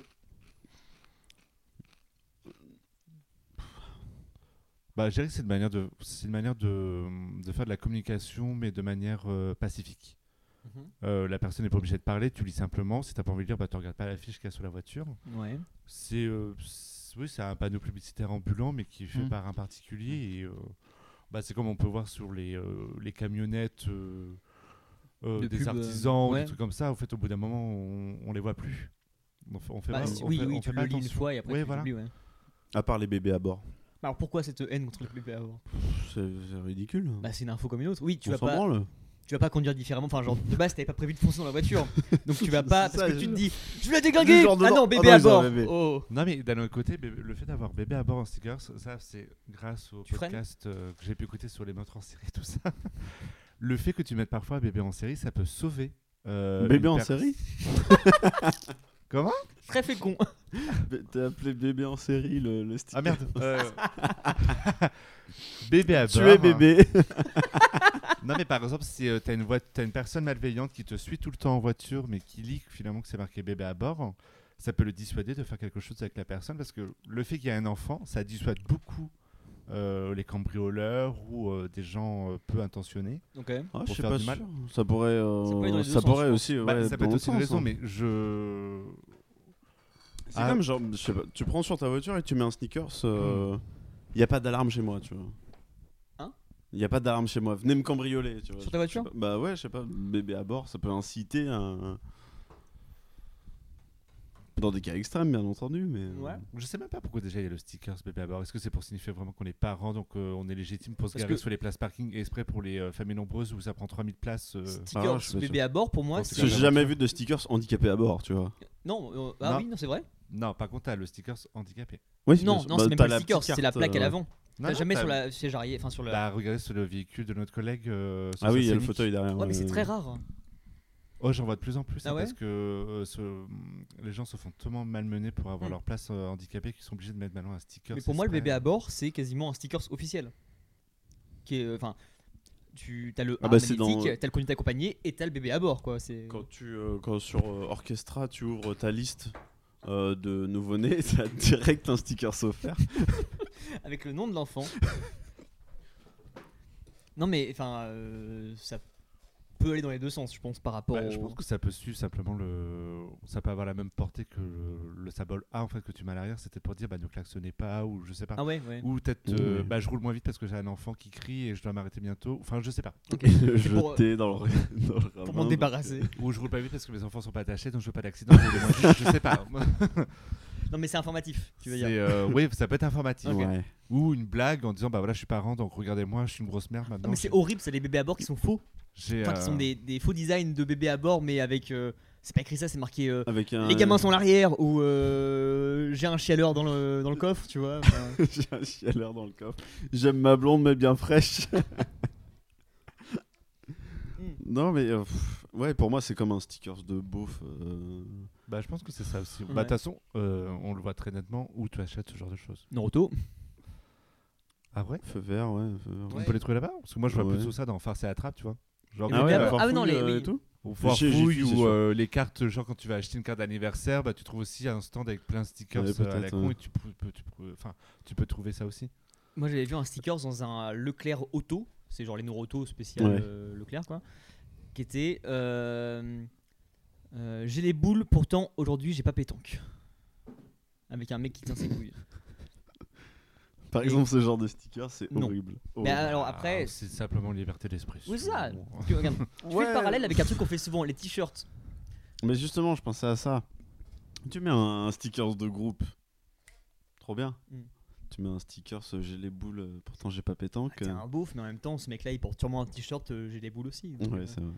Speaker 4: Bah, je dirais que c'est une manière, de, c'est une manière de, de faire de la communication, mais de manière euh, pacifique.
Speaker 2: Mhm.
Speaker 4: Euh, la personne n'est pas obligée de parler, tu lis simplement. Si t'as pas envie de lire, bah, tu regardes pas l'affiche qu'il y a sur la voiture.
Speaker 2: Ouais.
Speaker 4: C'est euh, c'est- oui, c'est un panneau publicitaire ambulant, mais qui est fait
Speaker 3: Mm.
Speaker 4: par un particulier. Et, euh, bah, c'est comme on peut voir sur les, euh, les camionnettes euh, euh,
Speaker 2: De
Speaker 4: des
Speaker 2: pub, euh,
Speaker 4: artisans, ou
Speaker 2: ouais.
Speaker 4: des trucs comme ça. En fait, au bout d'un moment, on, on les voit plus. On fait, on fait
Speaker 2: Bah,
Speaker 4: pas-
Speaker 2: si-
Speaker 4: on
Speaker 2: oui,
Speaker 4: fait-
Speaker 2: oui,
Speaker 4: on
Speaker 2: tu
Speaker 4: fait pas
Speaker 2: le lis une
Speaker 4: attention.
Speaker 2: fois et après
Speaker 4: Ouais,
Speaker 2: tu
Speaker 4: voilà.
Speaker 2: l'oublies, ouais.
Speaker 3: À part les bébés à bord.
Speaker 2: Bah, Alors pourquoi cette haine contre le bébé à bord
Speaker 3: Pff, C'est c'est ridicule.
Speaker 2: Bah c'est une info comme une autre. Oui, tu
Speaker 3: On
Speaker 2: vas
Speaker 3: s'en
Speaker 2: pas,
Speaker 3: branle.
Speaker 2: tu vas pas conduire différemment. Enfin genre de base t'avais pas prévu de foncer dans la
Speaker 3: *laughs*
Speaker 2: voiture, donc tu vas pas
Speaker 3: C'est
Speaker 2: parce
Speaker 3: ça,
Speaker 2: que tu
Speaker 3: je-
Speaker 2: te dis je vais la déglinguer.
Speaker 3: genre de
Speaker 2: Ah
Speaker 3: genre-
Speaker 2: non
Speaker 3: ah
Speaker 2: bébé
Speaker 3: non,
Speaker 2: à
Speaker 3: ils ont
Speaker 2: bord.
Speaker 3: un bébé.
Speaker 2: Oh.
Speaker 4: Non, mais d'un autre côté, bébé- le fait d'avoir bébé à bord en stickers, ça, c'est grâce au
Speaker 2: Tu freines
Speaker 4: podcast euh, que j'ai pu écouter sur les meurtres en série, tout ça. le fait que tu mettes parfois bébé en série, ça peut sauver. euh,
Speaker 3: bébé
Speaker 4: une
Speaker 3: en
Speaker 4: per-
Speaker 3: série
Speaker 4: Comment
Speaker 2: Très
Speaker 3: *laughs*
Speaker 2: fécond.
Speaker 3: Bé- T'as appelé bébé en série le, le sticker.
Speaker 4: Ah merde euh, *laughs* Bébé à bord.
Speaker 3: Tu es bébé.
Speaker 4: Non, mais par exemple, si euh, t'as une, voie- t'as une personne malveillante qui te suit tout le temps en voiture, mais qui lit finalement que c'est marqué bébé à bord, ça peut le dissuader de faire quelque chose avec la personne parce que le fait qu'il y ait un enfant, ça dissuade beaucoup euh, les cambrioleurs ou euh, des gens euh, peu intentionnés.
Speaker 2: Donc quand même.
Speaker 3: Ah, je
Speaker 4: Pour
Speaker 3: sais
Speaker 4: faire
Speaker 3: pas
Speaker 4: du mal.
Speaker 3: sûr. Ça pourrait, euh,
Speaker 2: Ça pourrait dans les deux
Speaker 3: ça
Speaker 2: sens,
Speaker 3: pourrait
Speaker 2: je pense.
Speaker 3: aussi.
Speaker 4: Bah,
Speaker 3: ouais,
Speaker 4: ça peut être
Speaker 3: dans
Speaker 4: aussi
Speaker 3: le
Speaker 4: une
Speaker 3: sens,
Speaker 4: raison,
Speaker 3: hein.
Speaker 4: mais je.
Speaker 3: C'est
Speaker 4: Ah.
Speaker 3: comme genre, je sais pas, Hmm. tu prends sur ta voiture et tu mets un sneakers. Il n'y a pas d'alarme chez moi, tu vois.
Speaker 2: Hein
Speaker 3: Il n'y a pas d'alarme chez moi. Venez me cambrioler, tu vois.
Speaker 2: Sur ta
Speaker 3: Je sais
Speaker 2: voiture
Speaker 3: pas- Bah ouais, je sais pas. Bébé à bord, ça peut inciter un. Dans des cas extrêmes, bien entendu, mais. euh,
Speaker 2: Ouais.
Speaker 4: Je sais même pas pourquoi déjà il y a le sticker ce bébé à bord. Est-ce que c'est pour signifier vraiment qu'on est parents, donc euh, on est légitime pour se
Speaker 2: Parce
Speaker 4: garer
Speaker 2: que-
Speaker 4: sur les places parking exprès pour les euh, familles nombreuses où ça prend 3000 places euh,
Speaker 2: Stickers
Speaker 3: ah, je suis pas
Speaker 2: bébé
Speaker 3: sûr.
Speaker 2: à bord pour moi.
Speaker 4: Parce
Speaker 3: Parce
Speaker 2: c'est-
Speaker 3: que j'ai jamais vu de stickers handicapés à bord, tu vois.
Speaker 2: Non. euh, Ah
Speaker 4: Non.
Speaker 2: oui, non c'est vrai.
Speaker 4: Non, par contre, t'as le sticker handicapé.
Speaker 3: Oui, bah,
Speaker 2: Non, non, c'est même pas le sticker, c'est la plaque à
Speaker 3: euh,
Speaker 2: l'avant.
Speaker 4: Non,
Speaker 2: T'as
Speaker 4: non,
Speaker 2: jamais sur la siège arrière, enfin sur la.
Speaker 4: Bah, regardez sur le véhicule de notre collègue. euh, sur
Speaker 3: Ah
Speaker 4: sa
Speaker 3: oui, il y a le
Speaker 4: scénic.
Speaker 3: fauteuil derrière. euh,
Speaker 2: Ouais, mais c'est
Speaker 3: ouais.
Speaker 2: très rare.
Speaker 4: Oh, j'en vois de plus en plus,
Speaker 2: Ah
Speaker 4: hein,
Speaker 2: ouais
Speaker 4: parce que euh, ce- les gens se font tellement malmener pour avoir
Speaker 2: Mm.
Speaker 4: leur place euh, handicapée qu'ils sont obligés de mettre maintenant un sticker.
Speaker 2: Mais pour moi, le bébé à
Speaker 4: bord
Speaker 2: bord, c'est quasiment un stickers officiel. Qui est, euh, enfin, tu as le
Speaker 3: Ah
Speaker 2: ah
Speaker 3: bah, c'est dans-
Speaker 2: t'as le conduit accompagné et t'as le bébé à bord, quoi. C'est.
Speaker 3: Quand, tu, euh, quand sur euh, Orchestra, tu ouvres ta liste euh, de nouveau-nés, *laughs* t'as direct un sticker offert.
Speaker 2: *laughs* avec le nom de
Speaker 4: *laughs*
Speaker 2: l'enfant. non mais enfin euh, ça peut aller dans les deux sens, je pense, par rapport.
Speaker 4: Bah, je
Speaker 2: au-
Speaker 4: pense que ça peut suivre simplement le. Ça peut avoir la même portée que le, le symbole A en fait que tu mets à l'arrière. C'était pour dire bah, ne klaxonnez pas ou je sais pas.
Speaker 2: Ah ouais,
Speaker 4: *laughs*
Speaker 2: ouais.
Speaker 4: Ou peut-être
Speaker 3: Oui,
Speaker 4: euh,
Speaker 3: oui.
Speaker 4: bah, je roule moins vite parce que j'ai un enfant qui crie et je dois m'arrêter bientôt. Enfin, je sais pas.
Speaker 3: *laughs* le
Speaker 2: C'est pour-
Speaker 3: jeter dans le, dans *laughs* le
Speaker 2: Pour
Speaker 3: ravin.
Speaker 2: m'en débarrasser.
Speaker 4: Ou je roule pas vite parce que mes enfants sont pas attachés donc je veux pas d'accident. je roule moins vite, je sais pas.
Speaker 2: Non mais c'est informatif, *laughs* tu veux
Speaker 4: C'est,
Speaker 2: dire.
Speaker 4: euh, oui, ça peut être informatif.
Speaker 2: Ok.
Speaker 3: Ouais.
Speaker 4: Ou une blague en disant bah voilà, je suis parent donc regardez-moi, je suis une grosse mère
Speaker 2: Non Ah,
Speaker 4: maintenant.
Speaker 2: mais c'est horrible, c'est les bébés à bord qui sont faux,
Speaker 4: J'ai,
Speaker 2: enfin qui
Speaker 4: euh,
Speaker 2: sont des, des faux designs de bébés à bord, mais avec euh, c'est pas écrit ça, c'est marqué euh,
Speaker 3: Avec un...
Speaker 2: les gamins sont à l'arrière ou euh, j'ai un chialeur dans le dans le coffre, tu vois. enfin.
Speaker 3: *laughs* *laughs* J'ai un chialeur dans le coffre. J'aime ma blonde, mais bien *laughs* fraîche. Hmm. non, mais euh, pff, ouais, pour moi, c'est comme un sticker de bouffe. euh.
Speaker 4: Bah, je pense que c'est ça aussi. Bah, De
Speaker 2: Ouais.
Speaker 4: toute façon, euh, on le voit très nettement où tu achètes ce genre de choses.
Speaker 2: Naruto.
Speaker 4: Ah ouais
Speaker 3: Feu vert, ouais. feu vert.
Speaker 4: On peut les trouver là-bas Parce que moi, je vois
Speaker 3: Ouais.
Speaker 4: plutôt ça dans Farce et Attrape, tu vois. Genre,
Speaker 2: Ah
Speaker 4: quand
Speaker 2: ouais,
Speaker 4: tu vas
Speaker 2: bah-
Speaker 4: voir-
Speaker 2: ah ouais, non, les-
Speaker 3: Farfouille, euh,
Speaker 2: oui.
Speaker 3: et tout.
Speaker 4: Au foire
Speaker 3: Chez Jiffy,
Speaker 4: fouille
Speaker 3: c'est
Speaker 4: ou
Speaker 3: sûr.
Speaker 4: euh, les cartes, genre quand tu vas acheter une carte d'anniversaire, bah, tu trouves aussi un stand avec plein de stickers
Speaker 3: Ouais,
Speaker 4: euh, à la
Speaker 3: peut-être,
Speaker 4: con
Speaker 3: ouais.
Speaker 4: et tu, peux- peux- tu peux- enfin, tu peux trouver ça aussi.
Speaker 2: Moi j'avais vu un sticker dans un Leclerc Auto, c'est genre les Auto spécial
Speaker 3: Ouais.
Speaker 2: euh, Leclerc quoi, qui était euh, euh, J'ai les boules, pourtant aujourd'hui j'ai pas pétanque. Avec un mec qui tient ses couilles.
Speaker 3: Par
Speaker 2: Et-
Speaker 3: exemple, ce genre de sticker, c'est
Speaker 2: Non.
Speaker 3: horrible.
Speaker 2: Mais
Speaker 3: Horrible.
Speaker 2: alors
Speaker 4: Ah,
Speaker 2: après,
Speaker 4: C'est simplement liberté d'esprit.
Speaker 2: Oui, c'est ça.
Speaker 4: Bon.
Speaker 2: tu, regarde, tu fais
Speaker 3: Ouais.
Speaker 2: le parallèle avec un truc qu'on fait souvent, les t-shirts.
Speaker 3: Mais justement, je pensais à ça. Tu mets un, un sticker de groupe. Trop bien.
Speaker 2: Mm.
Speaker 3: Tu mets un sticker, ce j'ai les boules, euh, pourtant j'ai pas pétanque.
Speaker 2: Ah, T'es un beauf, mais en même temps, ce mec-là, il porte sûrement un t-shirt, euh, j'ai les boules aussi.
Speaker 3: euh.
Speaker 2: donc, euh,
Speaker 3: Ouais, c'est vrai.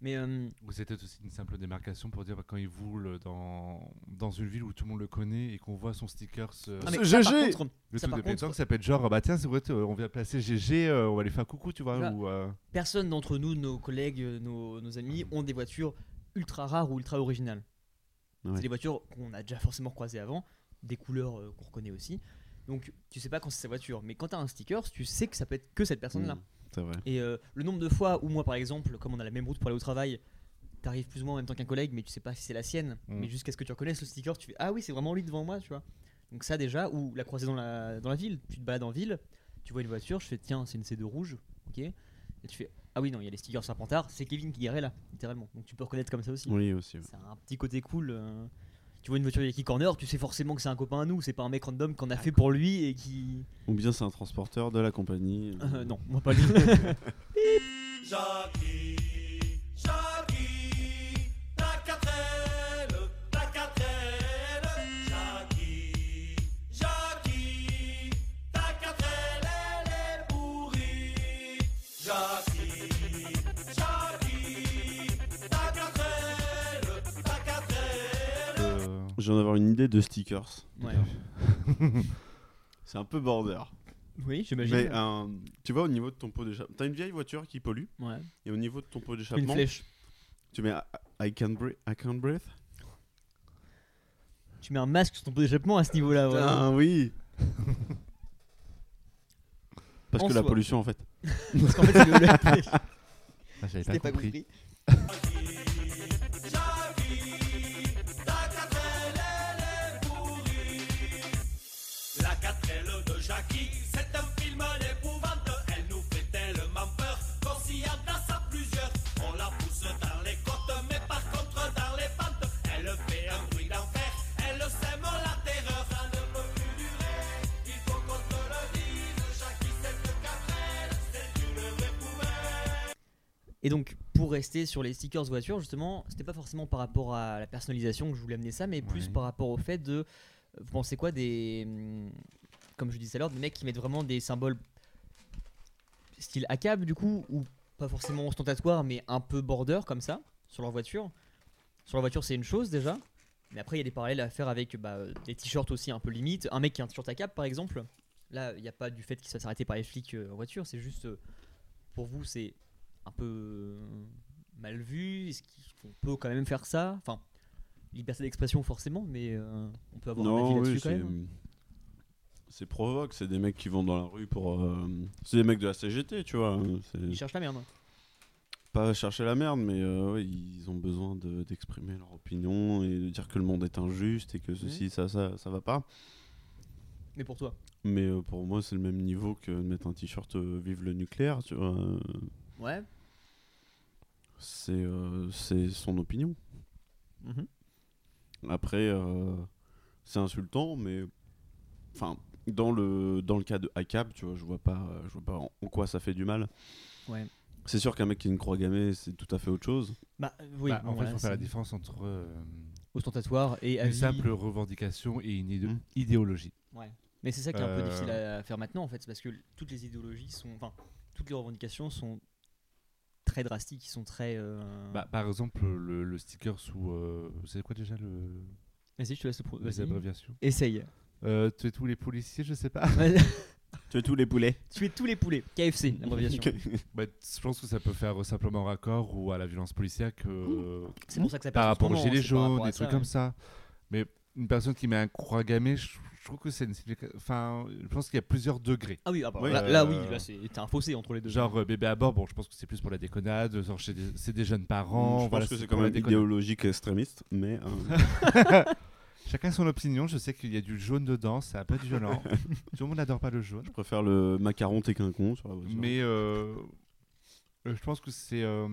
Speaker 2: mais euh,
Speaker 4: Ou c'était aussi une simple démarcation pour dire bah, quand il roule dans, dans une ville où tout le monde le connaît et qu'on voit son sticker. euh,
Speaker 2: ah, mais
Speaker 3: C'est
Speaker 2: ça, par
Speaker 3: GG.
Speaker 2: contre,
Speaker 4: Le
Speaker 2: Ça,
Speaker 4: truc
Speaker 2: par
Speaker 4: de
Speaker 2: contre-
Speaker 4: pétanque, ça peut être genre, bah tiens, c'est vrai, on vient placer GG, euh, on va lui faire coucou, tu vois.
Speaker 2: Voilà.
Speaker 4: Ou, euh,
Speaker 2: personne d'entre nous, nos collègues, euh, nos, nos amis, ont des voitures ultra rares ou ultra originales.
Speaker 3: Ouais.
Speaker 2: C'est des voitures qu'on a déjà forcément croisées avant, des couleurs euh, qu'on reconnaît aussi. Donc tu sais pas quand c'est sa voiture, mais quand t'as un sticker, tu sais que ça peut être que cette personne-là.
Speaker 3: Mm, C'est vrai.
Speaker 2: Et euh, le nombre de fois où moi par exemple, comme on a la même route pour aller au travail, t'arrives plus ou moins en même temps qu'un collègue, mais tu sais pas si c'est la sienne.
Speaker 4: Mm.
Speaker 2: Mais jusqu'à ce que tu reconnaisses le sticker, tu fais ah oui c'est vraiment lui devant moi, tu vois. Donc ça déjà, ou la croisée dans la, dans la ville, tu te balades en ville, tu vois une voiture, je fais tiens c'est une C2 rouge, ok. Et tu fais ah oui non il y a les stickers Serpentard, c'est Kevin qui garait là, littéralement. Donc tu peux reconnaître comme ça aussi.
Speaker 3: Oui, aussi. ouais.
Speaker 2: C'est un petit côté cool. euh. Tu vois une voiture Yaki Corner, tu sais forcément que c'est un copain à nous, c'est pas un mec random qu'on a
Speaker 3: Ah,
Speaker 2: fait pour lui et qui.
Speaker 3: Ou bien c'est un transporteur de la compagnie.
Speaker 2: *laughs* Euh, non, moi
Speaker 3: *laughs*
Speaker 2: pas lui.
Speaker 1: Jackie, Jackie, ta quatrelle, ta quatrelle. Jackie, Jackie, ta quatrelle, elle est pourrie. Jackie, Jackie, ta quatrelle, ta quatrelle.
Speaker 2: Ah,
Speaker 4: euh,
Speaker 3: Je viens d'avoir une idée de stickers.
Speaker 2: Ouais.
Speaker 3: C'est un peu border.
Speaker 2: Oui, j'imagine.
Speaker 3: Mais euh, un- tu vois, au niveau de ton pot d'échappement, t'as une vieille voiture qui pollue,
Speaker 2: Ouais.
Speaker 3: et au niveau de ton pot
Speaker 2: Une
Speaker 3: d'échappement,
Speaker 2: flèche.
Speaker 3: tu mets I can breathe. I can't breathe.
Speaker 2: Tu mets un masque sur ton pot d'échappement à ce niveau-là. Ah ouais.
Speaker 3: Putain, Ah
Speaker 2: *laughs*
Speaker 3: oui Parce
Speaker 2: En
Speaker 3: que la
Speaker 2: soi.
Speaker 3: pollution, en fait.
Speaker 2: Parce qu'en fait, c'est
Speaker 4: *laughs*
Speaker 2: le- le-
Speaker 4: ah, j'avais
Speaker 2: c'était
Speaker 4: pas compris.
Speaker 1: La quatrelle de Jackie, c'est un film à l'épouvante. Elle nous fait tellement peur qu'on s'y adresse à plusieurs. On la pousse dans les côtes, mais par contre dans les pentes. Elle fait un bruit d'enfer, elle sème la terreur. Ça ne peut plus durer, il faut qu'on te le dise. Jackie, cette quatrelle, c'est une vraie poubelle.
Speaker 2: Et donc, pour rester sur les stickers voiture, justement, c'était pas forcément par rapport à la personnalisation que je voulais amener ça, mais plus
Speaker 4: Ouais.
Speaker 2: par rapport au fait de. euh, Vous pensez quoi des. hum, Comme je disais alors, des mecs qui mettent vraiment des symboles style ACAB du coup, ou pas forcément ostentatoire, mais un peu border comme ça, sur leur voiture. Sur leur voiture, c'est une chose déjà. Mais après, il y a des parallèles à faire avec bah, euh, des t-shirts aussi un peu limite. Un mec qui a un t-shirt à cap, par exemple, là, il n'y a pas du fait qu'il soit arrêté par les flics euh, en voiture, c'est juste. euh, pour vous, c'est un peu. euh, mal vu Est-ce qu'on peut quand même faire ça Enfin, liberté d'expression forcément, mais euh, on peut avoir un avis
Speaker 3: oui,
Speaker 2: là-dessus quand
Speaker 3: c'est-
Speaker 2: même. hein.
Speaker 3: C'est provoque, c'est des mecs qui vont dans la rue pour. euh, C'est des mecs de la CGT, tu vois. euh,
Speaker 2: Ils
Speaker 3: C'est
Speaker 2: cherchent la merde. hein.
Speaker 3: pas chercher la merde, mais euh, ouais, ils ont besoin de- d'exprimer leur opinion et de dire que le monde est injuste et que ceci, ça, ça, ça va pas.
Speaker 2: Mais pour toi
Speaker 3: Mais euh, pour moi, c'est le même niveau que de mettre un t-shirt euh, Vive le nucléaire, tu vois. euh,
Speaker 2: Ouais.
Speaker 3: C'est euh, c'est son opinion.
Speaker 2: Mhm.
Speaker 3: Après, euh, c'est insultant, mais enfin, dans le dans le cas de Akab, tu vois, je vois pas, euh, je vois pas en, en quoi ça fait du mal.
Speaker 2: Ouais.
Speaker 3: C'est sûr qu'un mec qui a une croix gammée, c'est tout à fait autre chose.
Speaker 2: Bah euh, oui,
Speaker 4: Bah,
Speaker 2: bon,
Speaker 4: en fait, il
Speaker 2: voilà,
Speaker 4: faut
Speaker 2: c'est
Speaker 4: faire la différence entre euh,
Speaker 2: Ostentatoire et
Speaker 4: une
Speaker 2: avis. Hmm.
Speaker 4: simple revendication et une idé-
Speaker 3: Mm.
Speaker 4: idéologie.
Speaker 2: Mais c'est ça qui est un peu
Speaker 4: Euh,
Speaker 2: difficile à faire maintenant en fait, c'est parce que toutes les idéologies sont. Enfin, toutes les revendications sont très drastiques, ils sont très. euh,
Speaker 4: Bah, par exemple, le, le sticker sous. euh, c'est quoi déjà le,
Speaker 2: Vas-y, je te laisse le pro-
Speaker 4: les
Speaker 2: vas-y.
Speaker 4: abréviations
Speaker 2: *laughs* Essaye.
Speaker 4: euh, Tu es tous les policiers, je sais pas. *laughs*
Speaker 3: Tu es tous les poulets.
Speaker 2: Tuer tous les poulets. KFC,
Speaker 3: *laughs*
Speaker 2: l'abréviation.
Speaker 4: Bah, je pense que ça peut faire euh, simplement raccord ou à la violence policière que. euh,
Speaker 2: C'est pour ça que ça
Speaker 4: par
Speaker 2: passe en ce
Speaker 4: rapport aux
Speaker 2: moment,
Speaker 4: gilets
Speaker 2: c'est par
Speaker 4: jaunes,
Speaker 2: rapport à
Speaker 4: des trucs
Speaker 2: ça,
Speaker 4: comme
Speaker 2: ouais.
Speaker 4: ça. Mais une personne qui met un croix gammée, je, je trouve que c'est une significa- Enfin, je pense qu'il y a plusieurs degrés.
Speaker 2: Ah oui, ah bah,
Speaker 3: Ouais,
Speaker 2: là, là, oui,
Speaker 4: euh,
Speaker 2: là c'est t'as un fossé entre les deux.
Speaker 4: Genre euh, bébé à bord, bon, je pense que c'est plus pour la déconnade. genre, chez des- c'est des
Speaker 2: Mm,
Speaker 4: jeunes parents.
Speaker 3: je
Speaker 4: voilà,
Speaker 3: pense que c'est
Speaker 4: pour
Speaker 3: quand
Speaker 4: la
Speaker 3: même
Speaker 4: déconnade.
Speaker 3: idéologique extrémiste, mais euh,
Speaker 4: Chacun son opinion. Je sais qu'il y a du jaune dedans, c'est un
Speaker 2: *laughs*
Speaker 4: peu violent. Tout le monde n'adore pas le jaune.
Speaker 3: je préfère le macaron t'es qu'un con sur la voiture.
Speaker 4: Mais euh, euh, je pense que c'est. euh,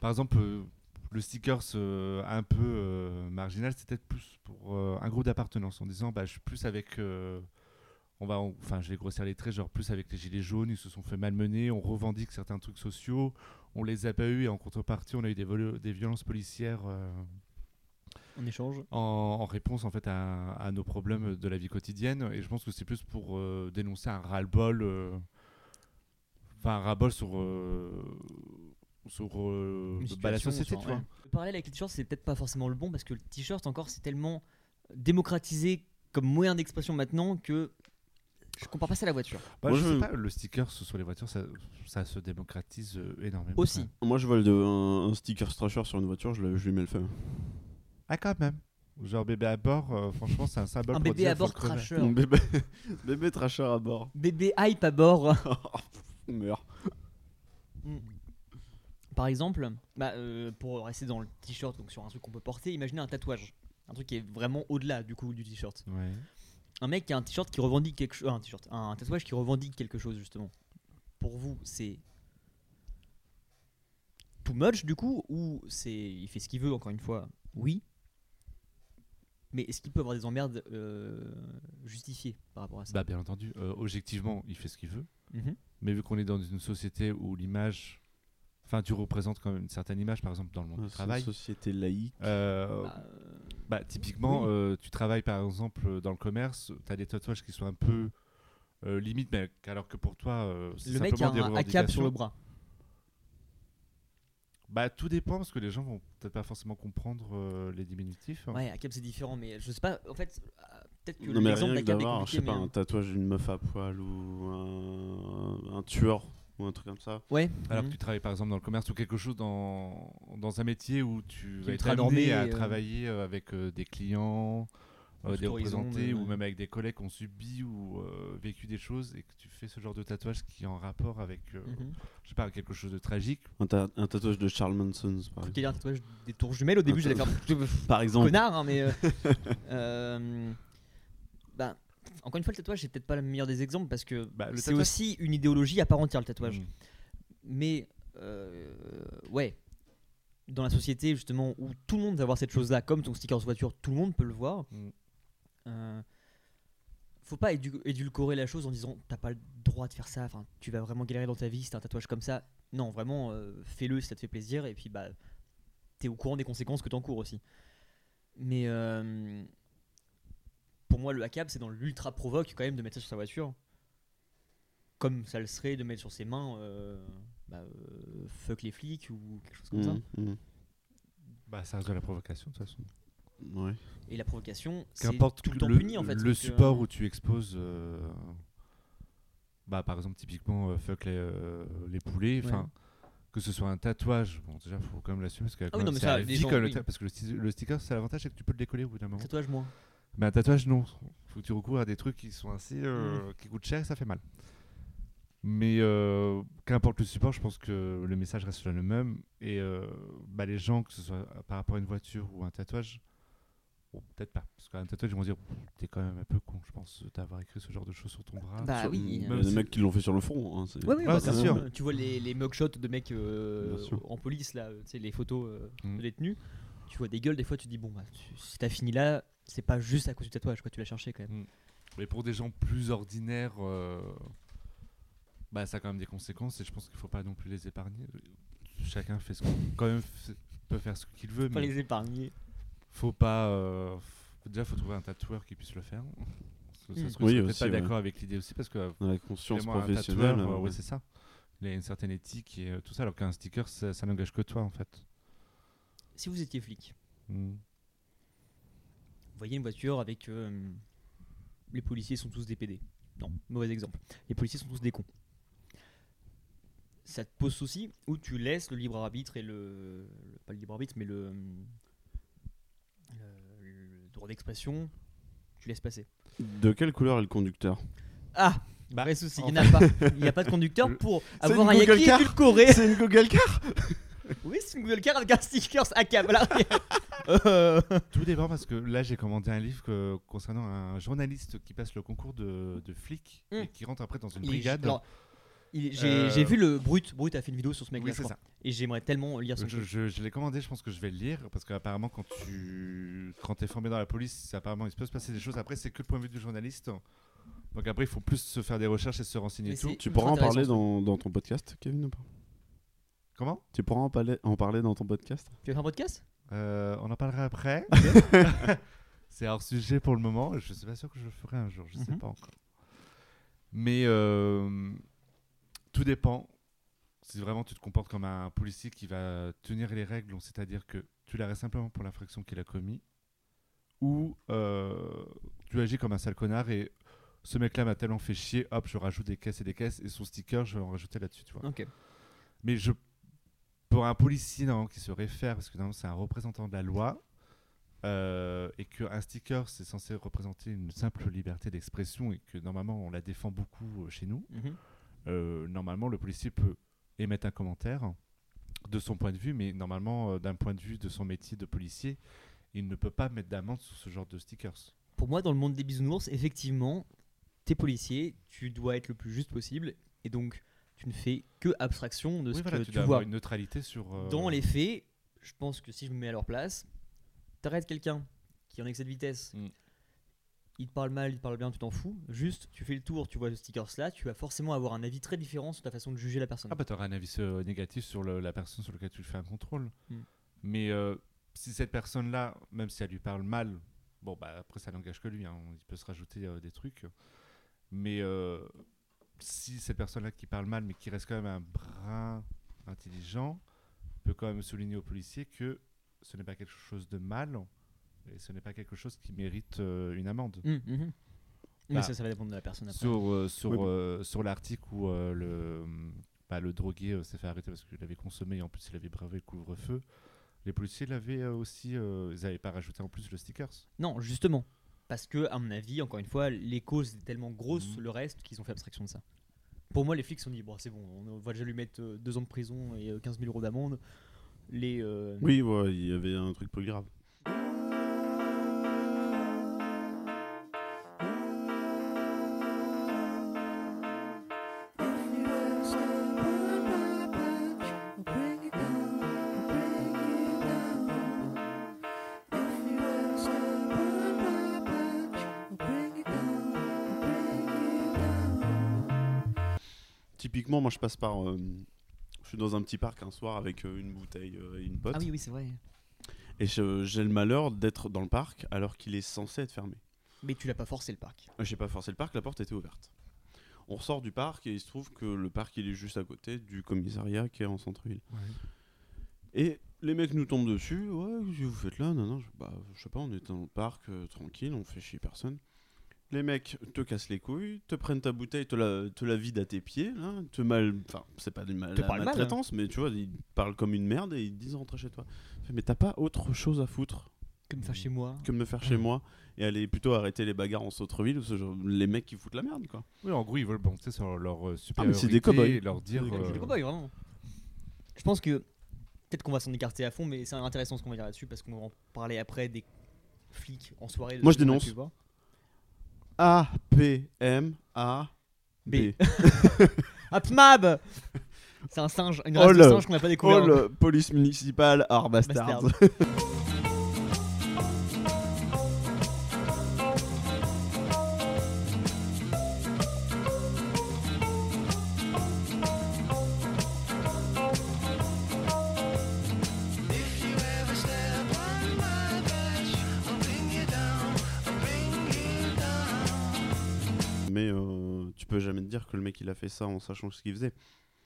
Speaker 4: par exemple, euh, le sticker euh, un peu euh, marginal, c'est peut-être plus pour euh, un groupe d'appartenance en disant bah, je suis plus avec. euh, on va, en- enfin, je vais grossir les traits, genre plus avec les gilets jaunes, ils se sont fait malmener, on revendique certains trucs sociaux, on les a pas eu et en contrepartie, on a eu des, volo- des violences policières euh,
Speaker 2: En échange.
Speaker 4: en, en réponse en fait à, à nos problèmes de la vie quotidienne. Et je pense que c'est plus pour euh, dénoncer un ras-le-bol, euh, enfin un ras-le-bol sur euh, sur euh,
Speaker 2: Une
Speaker 4: bah, la
Speaker 2: situation,
Speaker 4: société,
Speaker 2: on
Speaker 4: tu
Speaker 2: s'en-
Speaker 4: vois.
Speaker 2: ouais. Le parallèle avec les t-shirts, c'est peut-être pas forcément le bon parce que le t-shirt encore c'est tellement démocratisé comme moyen d'expression maintenant que je compare pas ça à la voiture.
Speaker 4: Bah,
Speaker 3: Moi,
Speaker 4: je
Speaker 3: je-
Speaker 4: sais pas, le sticker sur les voitures, ça, ça se démocratise euh, énormément.
Speaker 2: Aussi.
Speaker 3: Moi, je vole de, un, un sticker strasher sur une voiture, je, le- je lui mets le feu.
Speaker 4: Ah quand même. Genre bébé à bord, euh, franchement, c'est un symbole.
Speaker 2: Un
Speaker 4: pour
Speaker 2: bébé
Speaker 4: dire
Speaker 2: à bord
Speaker 4: faut crever.
Speaker 2: crasher.
Speaker 3: Mon *laughs* Bébé, bébé trasher à bord. *laughs* Oh,
Speaker 2: Bébé hype à bord.
Speaker 3: Meurs.
Speaker 2: Mm. Par exemple, bah, euh, pour rester dans le t-shirt, donc sur un truc qu'on peut porter, imaginez un tatouage. Un truc qui est vraiment au-delà du coup du t-shirt.
Speaker 4: Ouais.
Speaker 2: Un mec qui a un t-shirt qui revendique quelque chose. Un t-shirt. Un tatouage qui revendique quelque chose justement. Pour vous, c'est. Too much du coup Ou c'est. Il fait ce qu'il veut encore une fois Oui. Mais est-ce qu'il peut avoir des emmerdes euh, justifiées par rapport à ça
Speaker 4: Bah bien entendu. euh, objectivement, il fait ce qu'il veut.
Speaker 2: Mhm.
Speaker 4: Mais vu qu'on est dans une société où l'image, enfin, tu représentes quand même une certaine image, par exemple dans le monde du travail.
Speaker 3: Société laïque.
Speaker 4: Euh,
Speaker 2: Bah, euh,
Speaker 4: bah, typiquement,
Speaker 2: oui.
Speaker 4: euh, tu travailles par exemple euh, dans le commerce, tu as des tatouages qui sont un peu euh, limite, mais alors que pour toi, euh, c'est
Speaker 2: Le mec a
Speaker 4: simplement des
Speaker 2: un ACAB sur
Speaker 4: revendications.
Speaker 2: le bras.
Speaker 4: Bah, tout dépend parce que les gens vont peut-être pas forcément comprendre euh, les diminutifs. hein.
Speaker 2: Ouais, ACAB c'est différent, mais je sais pas. En fait, euh, peut-être que
Speaker 3: Non mais
Speaker 2: l'exemple
Speaker 3: rien que
Speaker 2: d'ACAB est
Speaker 3: d'avoir, je
Speaker 2: compliqué.
Speaker 3: sais pas,
Speaker 2: mais,
Speaker 3: un
Speaker 2: euh,
Speaker 3: tatouage d'une meuf à poil ou un, un tueur ou un truc comme ça.
Speaker 2: Ouais.
Speaker 4: Alors
Speaker 2: mhm.
Speaker 4: que tu travailles par exemple dans le commerce ou quelque chose dans, dans un métier où tu
Speaker 2: Qui
Speaker 4: vas
Speaker 2: est
Speaker 4: être
Speaker 2: très
Speaker 4: amené
Speaker 2: normé,
Speaker 4: à
Speaker 2: euh,
Speaker 4: travailler euh, avec euh, des clients, euh,
Speaker 2: Dans
Speaker 4: des
Speaker 2: tout horizon,
Speaker 4: représentés
Speaker 2: même,
Speaker 4: ou
Speaker 2: ouais.
Speaker 4: même avec des collègues qui ont subi ou euh, vécu des choses et que tu fais ce genre de tatouage qui est en rapport avec, euh,
Speaker 2: Mhm.
Speaker 4: je sais pas, quelque chose de tragique.
Speaker 3: Un, ta- un tatouage de Charles Manson par,
Speaker 2: Faut qu'il y ait un tatouage des tours jumelles au début, j'allais faire
Speaker 3: *laughs* par exemple.
Speaker 2: connard, hein, mais.
Speaker 3: *laughs*
Speaker 2: euh, euh, ben, encore une fois, le tatouage, c'est peut-être pas le meilleur des exemples parce que
Speaker 4: Bah, le
Speaker 2: c'est
Speaker 4: tatouage-
Speaker 2: aussi une idéologie à part entière, le tatouage.
Speaker 3: Mm.
Speaker 4: Mhm.
Speaker 2: Mais, euh, ouais, dans la société, justement, où tout le monde va voir cette chose-là, comme ton sticker de voiture, tout le monde peut le voir.
Speaker 4: Mm.
Speaker 2: euh, faut pas édu- édulcorer la chose en disant t'as pas le droit de faire ça, enfin, tu vas vraiment galérer dans ta vie si t'as un tatouage comme ça. Non, vraiment, euh, fais-le si ça te fait plaisir, et puis bah, t'es au courant des conséquences que t'encours aussi. Mais euh, pour moi, le hackable, c'est dans l'ultra provoque quand même de mettre ça sur sa voiture. Comme ça le serait de mettre sur ses mains euh, bah, euh, fuck les flics ou quelque chose comme ça.
Speaker 3: Mhm, mhm.
Speaker 4: Bah, ça reste de la provocation de toute façon.
Speaker 3: mmh. Ouais.
Speaker 2: Et la provocation, c'est
Speaker 4: Qu'importe
Speaker 2: tout le
Speaker 4: que
Speaker 2: temps
Speaker 4: le,
Speaker 2: puni en fait.
Speaker 4: le
Speaker 2: donc, euh,
Speaker 4: support où tu exposes. euh, bah, par exemple, typiquement, euh, fuck les, euh, les poulets.
Speaker 2: Ouais.
Speaker 4: Enfin, que ce soit un tatouage, bon déjà faut quand même l'assumer parce que
Speaker 2: Ah oui, non, mais
Speaker 4: c'est
Speaker 2: ça,
Speaker 4: à
Speaker 2: les
Speaker 4: vie
Speaker 2: gens,
Speaker 4: quand même, le
Speaker 2: oui.
Speaker 4: ta- parce que le, sti- le sticker c'est l'avantage c'est que tu peux le décoller au bout d'un moment.
Speaker 2: Tatouage moins.
Speaker 4: Mais un Bah, tatouage non, faut que tu recours à des trucs qui sont assez euh, qui coûtent cher et ça fait mal. Mais euh, qu'importe le support, je pense que le message reste le même et euh, bah, les gens que ce soit par rapport à une voiture ou un tatouage Bon, peut-être pas, parce qu'un tatouage, ils vont se dire T'es quand même un peu con, je pense, d'avoir écrit ce genre de choses sur ton bras.
Speaker 2: Bah
Speaker 3: Sur-
Speaker 2: oui.
Speaker 3: Il y a
Speaker 4: Même
Speaker 3: des
Speaker 4: si-
Speaker 3: mecs qui l'ont fait sur le front. hein, c'est-
Speaker 2: Ouais, ouais,
Speaker 4: Ah,
Speaker 2: bah,
Speaker 4: c'est
Speaker 2: quand
Speaker 4: sûr.
Speaker 2: même, Tu vois les, les mugshots de mecs euh,
Speaker 3: Bien sûr.
Speaker 2: en police, là, euh, tu sais, les photos euh,
Speaker 4: Mm.
Speaker 2: de détenus. Tu vois des gueules, des fois tu te dis, bon, bah, tu- si t'as fini là, c'est pas juste à cause du tatouage, quoi, tu l'as cherché quand même.
Speaker 4: Mais pour des gens plus ordinaires, euh, bah, ça a quand même des conséquences et je pense qu'il faut pas non plus les épargner. Chacun fait ce qu'on- quand même f- peut faire ce qu'il veut,
Speaker 2: Pas
Speaker 4: mais
Speaker 2: les épargner.
Speaker 4: faut pas. euh, f- Déjà, faut trouver un tatoueur qui puisse le faire. Parce que ça
Speaker 2: Mm.
Speaker 4: se trouve, ils
Speaker 3: Oui,
Speaker 4: sont peut-être
Speaker 3: aussi,
Speaker 4: pas
Speaker 3: ouais.
Speaker 4: d'accord avec l'idée aussi parce que euh,
Speaker 3: Dans la conscience
Speaker 4: vraiment, un
Speaker 3: professionnelle.
Speaker 4: tatoueur, euh,
Speaker 3: euh,
Speaker 4: ouais, c'est ça. Il y a une certaine éthique et euh, tout ça, alors qu'un sticker, ça, ça n'engage que toi en fait.
Speaker 2: Si vous étiez flic,
Speaker 4: Mm.
Speaker 2: vous voyez une voiture avec. euh, les policiers sont tous des PD. Non, mauvais exemple. Les policiers sont tous des cons. Ça te pose souci ou tu laisses le libre arbitre et le. le- pas le libre arbitre, mais le. le, le droit d'expression, tu laisses passer.
Speaker 3: De quelle couleur est le conducteur
Speaker 2: Ah bah, vrai souci, il n'y en a pas.
Speaker 3: *laughs*
Speaker 2: Il n'y a pas de conducteur
Speaker 4: Le-
Speaker 2: pour
Speaker 3: C'est
Speaker 2: avoir
Speaker 3: une
Speaker 2: un
Speaker 3: Google
Speaker 2: yaki
Speaker 3: Car.
Speaker 2: édulcoré.
Speaker 3: C'est une Google Car
Speaker 2: *laughs* Oui, c'est une Google Car avec un sticker à câble à
Speaker 3: *laughs*
Speaker 2: l'arrière. Euh,
Speaker 4: Tout dépend parce que là j'ai commandé un livre que- concernant un journaliste qui passe le concours de, de flic
Speaker 2: Mm.
Speaker 4: et qui rentre après dans une
Speaker 2: il est-
Speaker 4: brigade.
Speaker 2: alors, il est- J'ai
Speaker 4: Euh,
Speaker 2: j'ai vu le Brut. Brut a fait une vidéo sur ce mec-là,
Speaker 4: oui,
Speaker 2: je
Speaker 4: c'est
Speaker 2: crois.
Speaker 4: ça.
Speaker 2: Et j'aimerais tellement lire son
Speaker 4: Je,
Speaker 2: truc.
Speaker 4: je- je l'ai commandé, je pense que je vais le lire parce qu'apparemment quand tu quand es formé dans la police, apparemment il peut se passer des choses. Après c'est que le point de vue du journaliste. Donc après il faut plus se faire des recherches et se renseigner
Speaker 2: Mais
Speaker 4: et tout.
Speaker 2: c'est-
Speaker 3: Tu
Speaker 2: Ultra
Speaker 3: pourras en parler
Speaker 2: intéressant,
Speaker 3: dans, dans ton podcast, Kevin ou pas
Speaker 4: Comment
Speaker 3: Tu pourras en parler, en parler dans ton podcast
Speaker 2: Tu veux faire un podcast
Speaker 4: Euh, On en parlera après. *laughs* c'est hors sujet pour le moment. Je suis pas sûr que je le ferai un jour. Je sais
Speaker 2: Mhm.
Speaker 4: pas encore. Mais euh, tout dépend. Si vraiment tu te comportes comme un policier qui va tenir les règles, donc c'est-à-dire que tu l'arrêtes simplement pour l'infraction qu'il a commis, ou euh, tu agis comme un sale connard et ce mec-là m'a tellement fait chier, hop, je rajoute des caisses et des caisses et son sticker, je vais en rajouter là-dessus, tu vois.
Speaker 2: Ok.
Speaker 4: Mais je, pour un policier normalement, qui se réfère, parce que normalement c'est un représentant de la loi, euh, et qu'un sticker c'est censé représenter une simple liberté d'expression et que normalement on la défend beaucoup euh, chez nous,
Speaker 2: Mhm.
Speaker 4: euh, normalement le policier peut émettre un commentaire de son point de vue, mais normalement euh, d'un point de vue de son métier de policier, il ne peut pas mettre d'amende sur ce genre de stickers.
Speaker 2: Pour moi, dans le monde des bisounours, effectivement, t'es policier, tu dois être le plus juste possible. Et donc, tu ne fais que abstraction de
Speaker 4: Oui,
Speaker 2: ce
Speaker 4: voilà,
Speaker 2: que
Speaker 4: tu,
Speaker 2: tu
Speaker 4: dois avoir
Speaker 2: vois.
Speaker 4: une neutralité sur... euh,
Speaker 2: Dans les faits, je pense que si je me mets à leur place, t'arrêtes quelqu'un qui est en excès de vitesse,
Speaker 4: Mm.
Speaker 2: il te parle mal, il te parle bien, tu t'en fous. Juste, tu fais le tour, tu vois le sticker là, tu vas forcément avoir un avis très différent sur ta façon de juger la personne.
Speaker 4: Ah bah t'auras un avis euh, négatif sur le- la personne sur laquelle tu fais un contrôle.
Speaker 2: Mm.
Speaker 4: Mais euh, si cette personne-là, même si elle lui parle mal, bon bah après ça n'engage que lui, hein, il peut se rajouter euh, des trucs. Mais euh, si cette personne-là qui parle mal, mais qui reste quand même un brin intelligent, peut quand même souligner aux policiers que ce n'est pas quelque chose de mal et ce n'est pas quelque chose qui mérite euh, une amende.
Speaker 2: Mm, mhm. Mais
Speaker 4: Bah,
Speaker 2: ça, ça va dépendre de la personne après.
Speaker 4: Sur, euh, sur,
Speaker 3: Oui, mais-
Speaker 4: euh, sur l'article où euh, le, bah, le drogué euh, s'est fait arrêter parce qu'il avait consommé et en plus il avait bravé le couvre-feu, les policiers l'avaient euh, aussi. euh, ils n'avaient pas rajouté en plus le stickers.
Speaker 2: Non, justement. Parce que, à mon avis, encore une fois, les causes étaient tellement grosses,
Speaker 3: Mmh.
Speaker 4: Mhm.
Speaker 2: le reste, qu'ils ont fait abstraction de ça. Pour moi, les flics se sont dit bon, c'est bon, on va déjà lui mettre euh, deux ans de prison et euh, 15 000 euros d'amende. Les. euh,
Speaker 3: Oui, ouais, il y avait un truc plus grave. Typiquement, moi je passe par. euh, je suis dans un petit parc un soir avec euh, une bouteille euh, et une pote.
Speaker 2: Ah oui, oui, c'est vrai.
Speaker 3: Et je- j'ai le malheur d'être dans le parc alors qu'il est censé être fermé.
Speaker 2: Mais tu l'as pas forcé le parc.
Speaker 3: Ah, J'ai pas forcé le parc, la porte était ouverte. On ressort du parc et il se trouve que le parc il est juste à côté du commissariat qui est en centre-ville. Et les mecs nous tombent dessus, ouais, qu'est-ce que vous faites là Non, non, je, bah, je sais pas, on est dans le parc, euh, tranquille, on fait chier personne. Les mecs te cassent les couilles, te prennent ta bouteille, te la, te la vident à tes pieds, là, te mal. Enfin, c'est pas du mal,
Speaker 2: Te
Speaker 3: la
Speaker 2: parlent mal, hein.
Speaker 3: maltraitance, mais tu vois, ils parlent comme une merde et ils te disent rentre chez toi. Je fais, Mais t'as pas autre chose à foutre
Speaker 2: Que
Speaker 3: Mmh.
Speaker 2: me faire chez moi
Speaker 3: que de me faire chez
Speaker 2: Mm.
Speaker 3: moi et aller plutôt arrêter les bagarres en Sautreville ou ce genre, les mecs qui foutent la merde, quoi.
Speaker 4: Oui, en gros, ils veulent balancer sur leur euh,
Speaker 3: Ah, mais
Speaker 4: supériorité
Speaker 3: c'est des cow-boys.
Speaker 4: et leur dire.
Speaker 3: Des
Speaker 2: Comme chez
Speaker 4: euh,
Speaker 2: les cow-boys, vraiment. Je pense que peut-être qu'on va s'en écarter à fond, mais c'est intéressant ce qu'on va dire là-dessus parce qu'on va en parler après des flics en soirée. de
Speaker 3: Moi,
Speaker 2: ce
Speaker 3: je
Speaker 2: qu'on a
Speaker 3: dénonce.
Speaker 2: pu voir.
Speaker 3: A, P, M, A, B. *laughs*
Speaker 2: B. Apmab *laughs* C'est un singe, une
Speaker 3: Oh
Speaker 2: race de
Speaker 3: le-
Speaker 2: singe qu'on n'a pas découvert. hein.
Speaker 3: All police municipale, art bastards.
Speaker 2: Bastards.
Speaker 3: *laughs* Mais euh, tu peux jamais te dire que le mec il a fait ça en sachant ce qu'il faisait.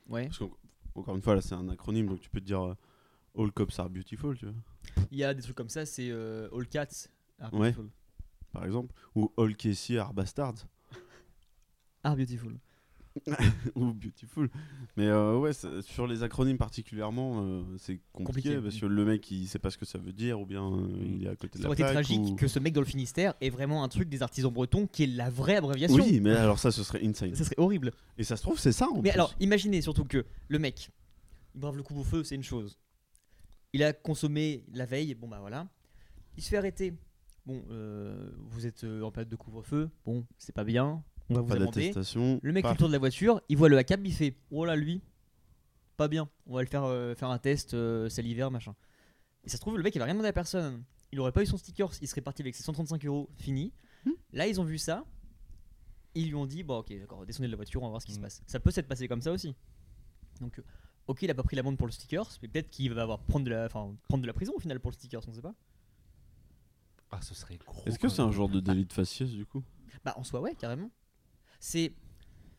Speaker 2: Ouais.
Speaker 3: Parce qu'encore une fois, là c'est un acronyme donc tu peux te dire euh, All cops are beautiful, tu vois,
Speaker 2: Il y a des trucs comme ça, c'est euh, All Cats. Are
Speaker 3: Ouais.
Speaker 2: beautiful.
Speaker 3: par exemple. Ou All Casey are bastards. *laughs*
Speaker 2: Are beautiful.
Speaker 3: ou beautiful. Mais euh, ouais, ça- sur les acronymes particulièrement, euh, c'est compliqué,
Speaker 2: Compliqué. Mm.
Speaker 3: parce que le mec il sait pas ce que ça veut dire ou bien euh, il est à côté
Speaker 2: Ça
Speaker 3: de la
Speaker 2: aurait été
Speaker 3: plaque,
Speaker 2: tragique
Speaker 3: ou-
Speaker 2: que ce mec dans le Finistère ait vraiment un truc des artisans bretons qui est la vraie abréviation.
Speaker 3: Oui, mais alors ça ce serait insane.
Speaker 2: Ça serait horrible.
Speaker 3: Et ça se trouve, c'est ça en
Speaker 2: Mais
Speaker 3: plus.
Speaker 2: alors, imaginez surtout que le mec, il brave le coup au feu, c'est une chose. Il a consommé la veille, bon bah voilà. Il se fait arrêter. Bon, euh, vous êtes euh, en période de couvre-feu, bon, c'est pas bien, on va vous
Speaker 3: pas
Speaker 2: amender.
Speaker 3: d'attestation.
Speaker 2: Le mec
Speaker 3: pas-
Speaker 2: qui tourne de la voiture, il voit le A4 biffé. Oh là, lui, pas bien. On va le faire euh, faire un test, euh, c'est l'hiver, machin. Et ça se trouve, le mec, il va rien demander à personne. Il aurait pas eu son sticker, il serait parti avec ses 135 euros, fini.
Speaker 3: Hmm.
Speaker 2: Là, ils ont vu ça. Ils lui ont dit, bon, ok, d'accord, descendez de la voiture, on va voir ce qui se
Speaker 4: Hmm.
Speaker 2: passe. Ça peut s'être passé comme ça aussi. Donc, euh, ok, il a pas pris l'amende pour le sticker, mais peut-être qu'il va avoir prendre de la, enfin, prendre de la prison au final pour le sticker, on sait pas.
Speaker 4: Ah, ce serait gros.
Speaker 3: Est-ce que
Speaker 4: quand
Speaker 3: c'est un
Speaker 4: même.
Speaker 3: genre de délit de faciès du coup
Speaker 2: Bah, en soi, ouais, carrément. C'est,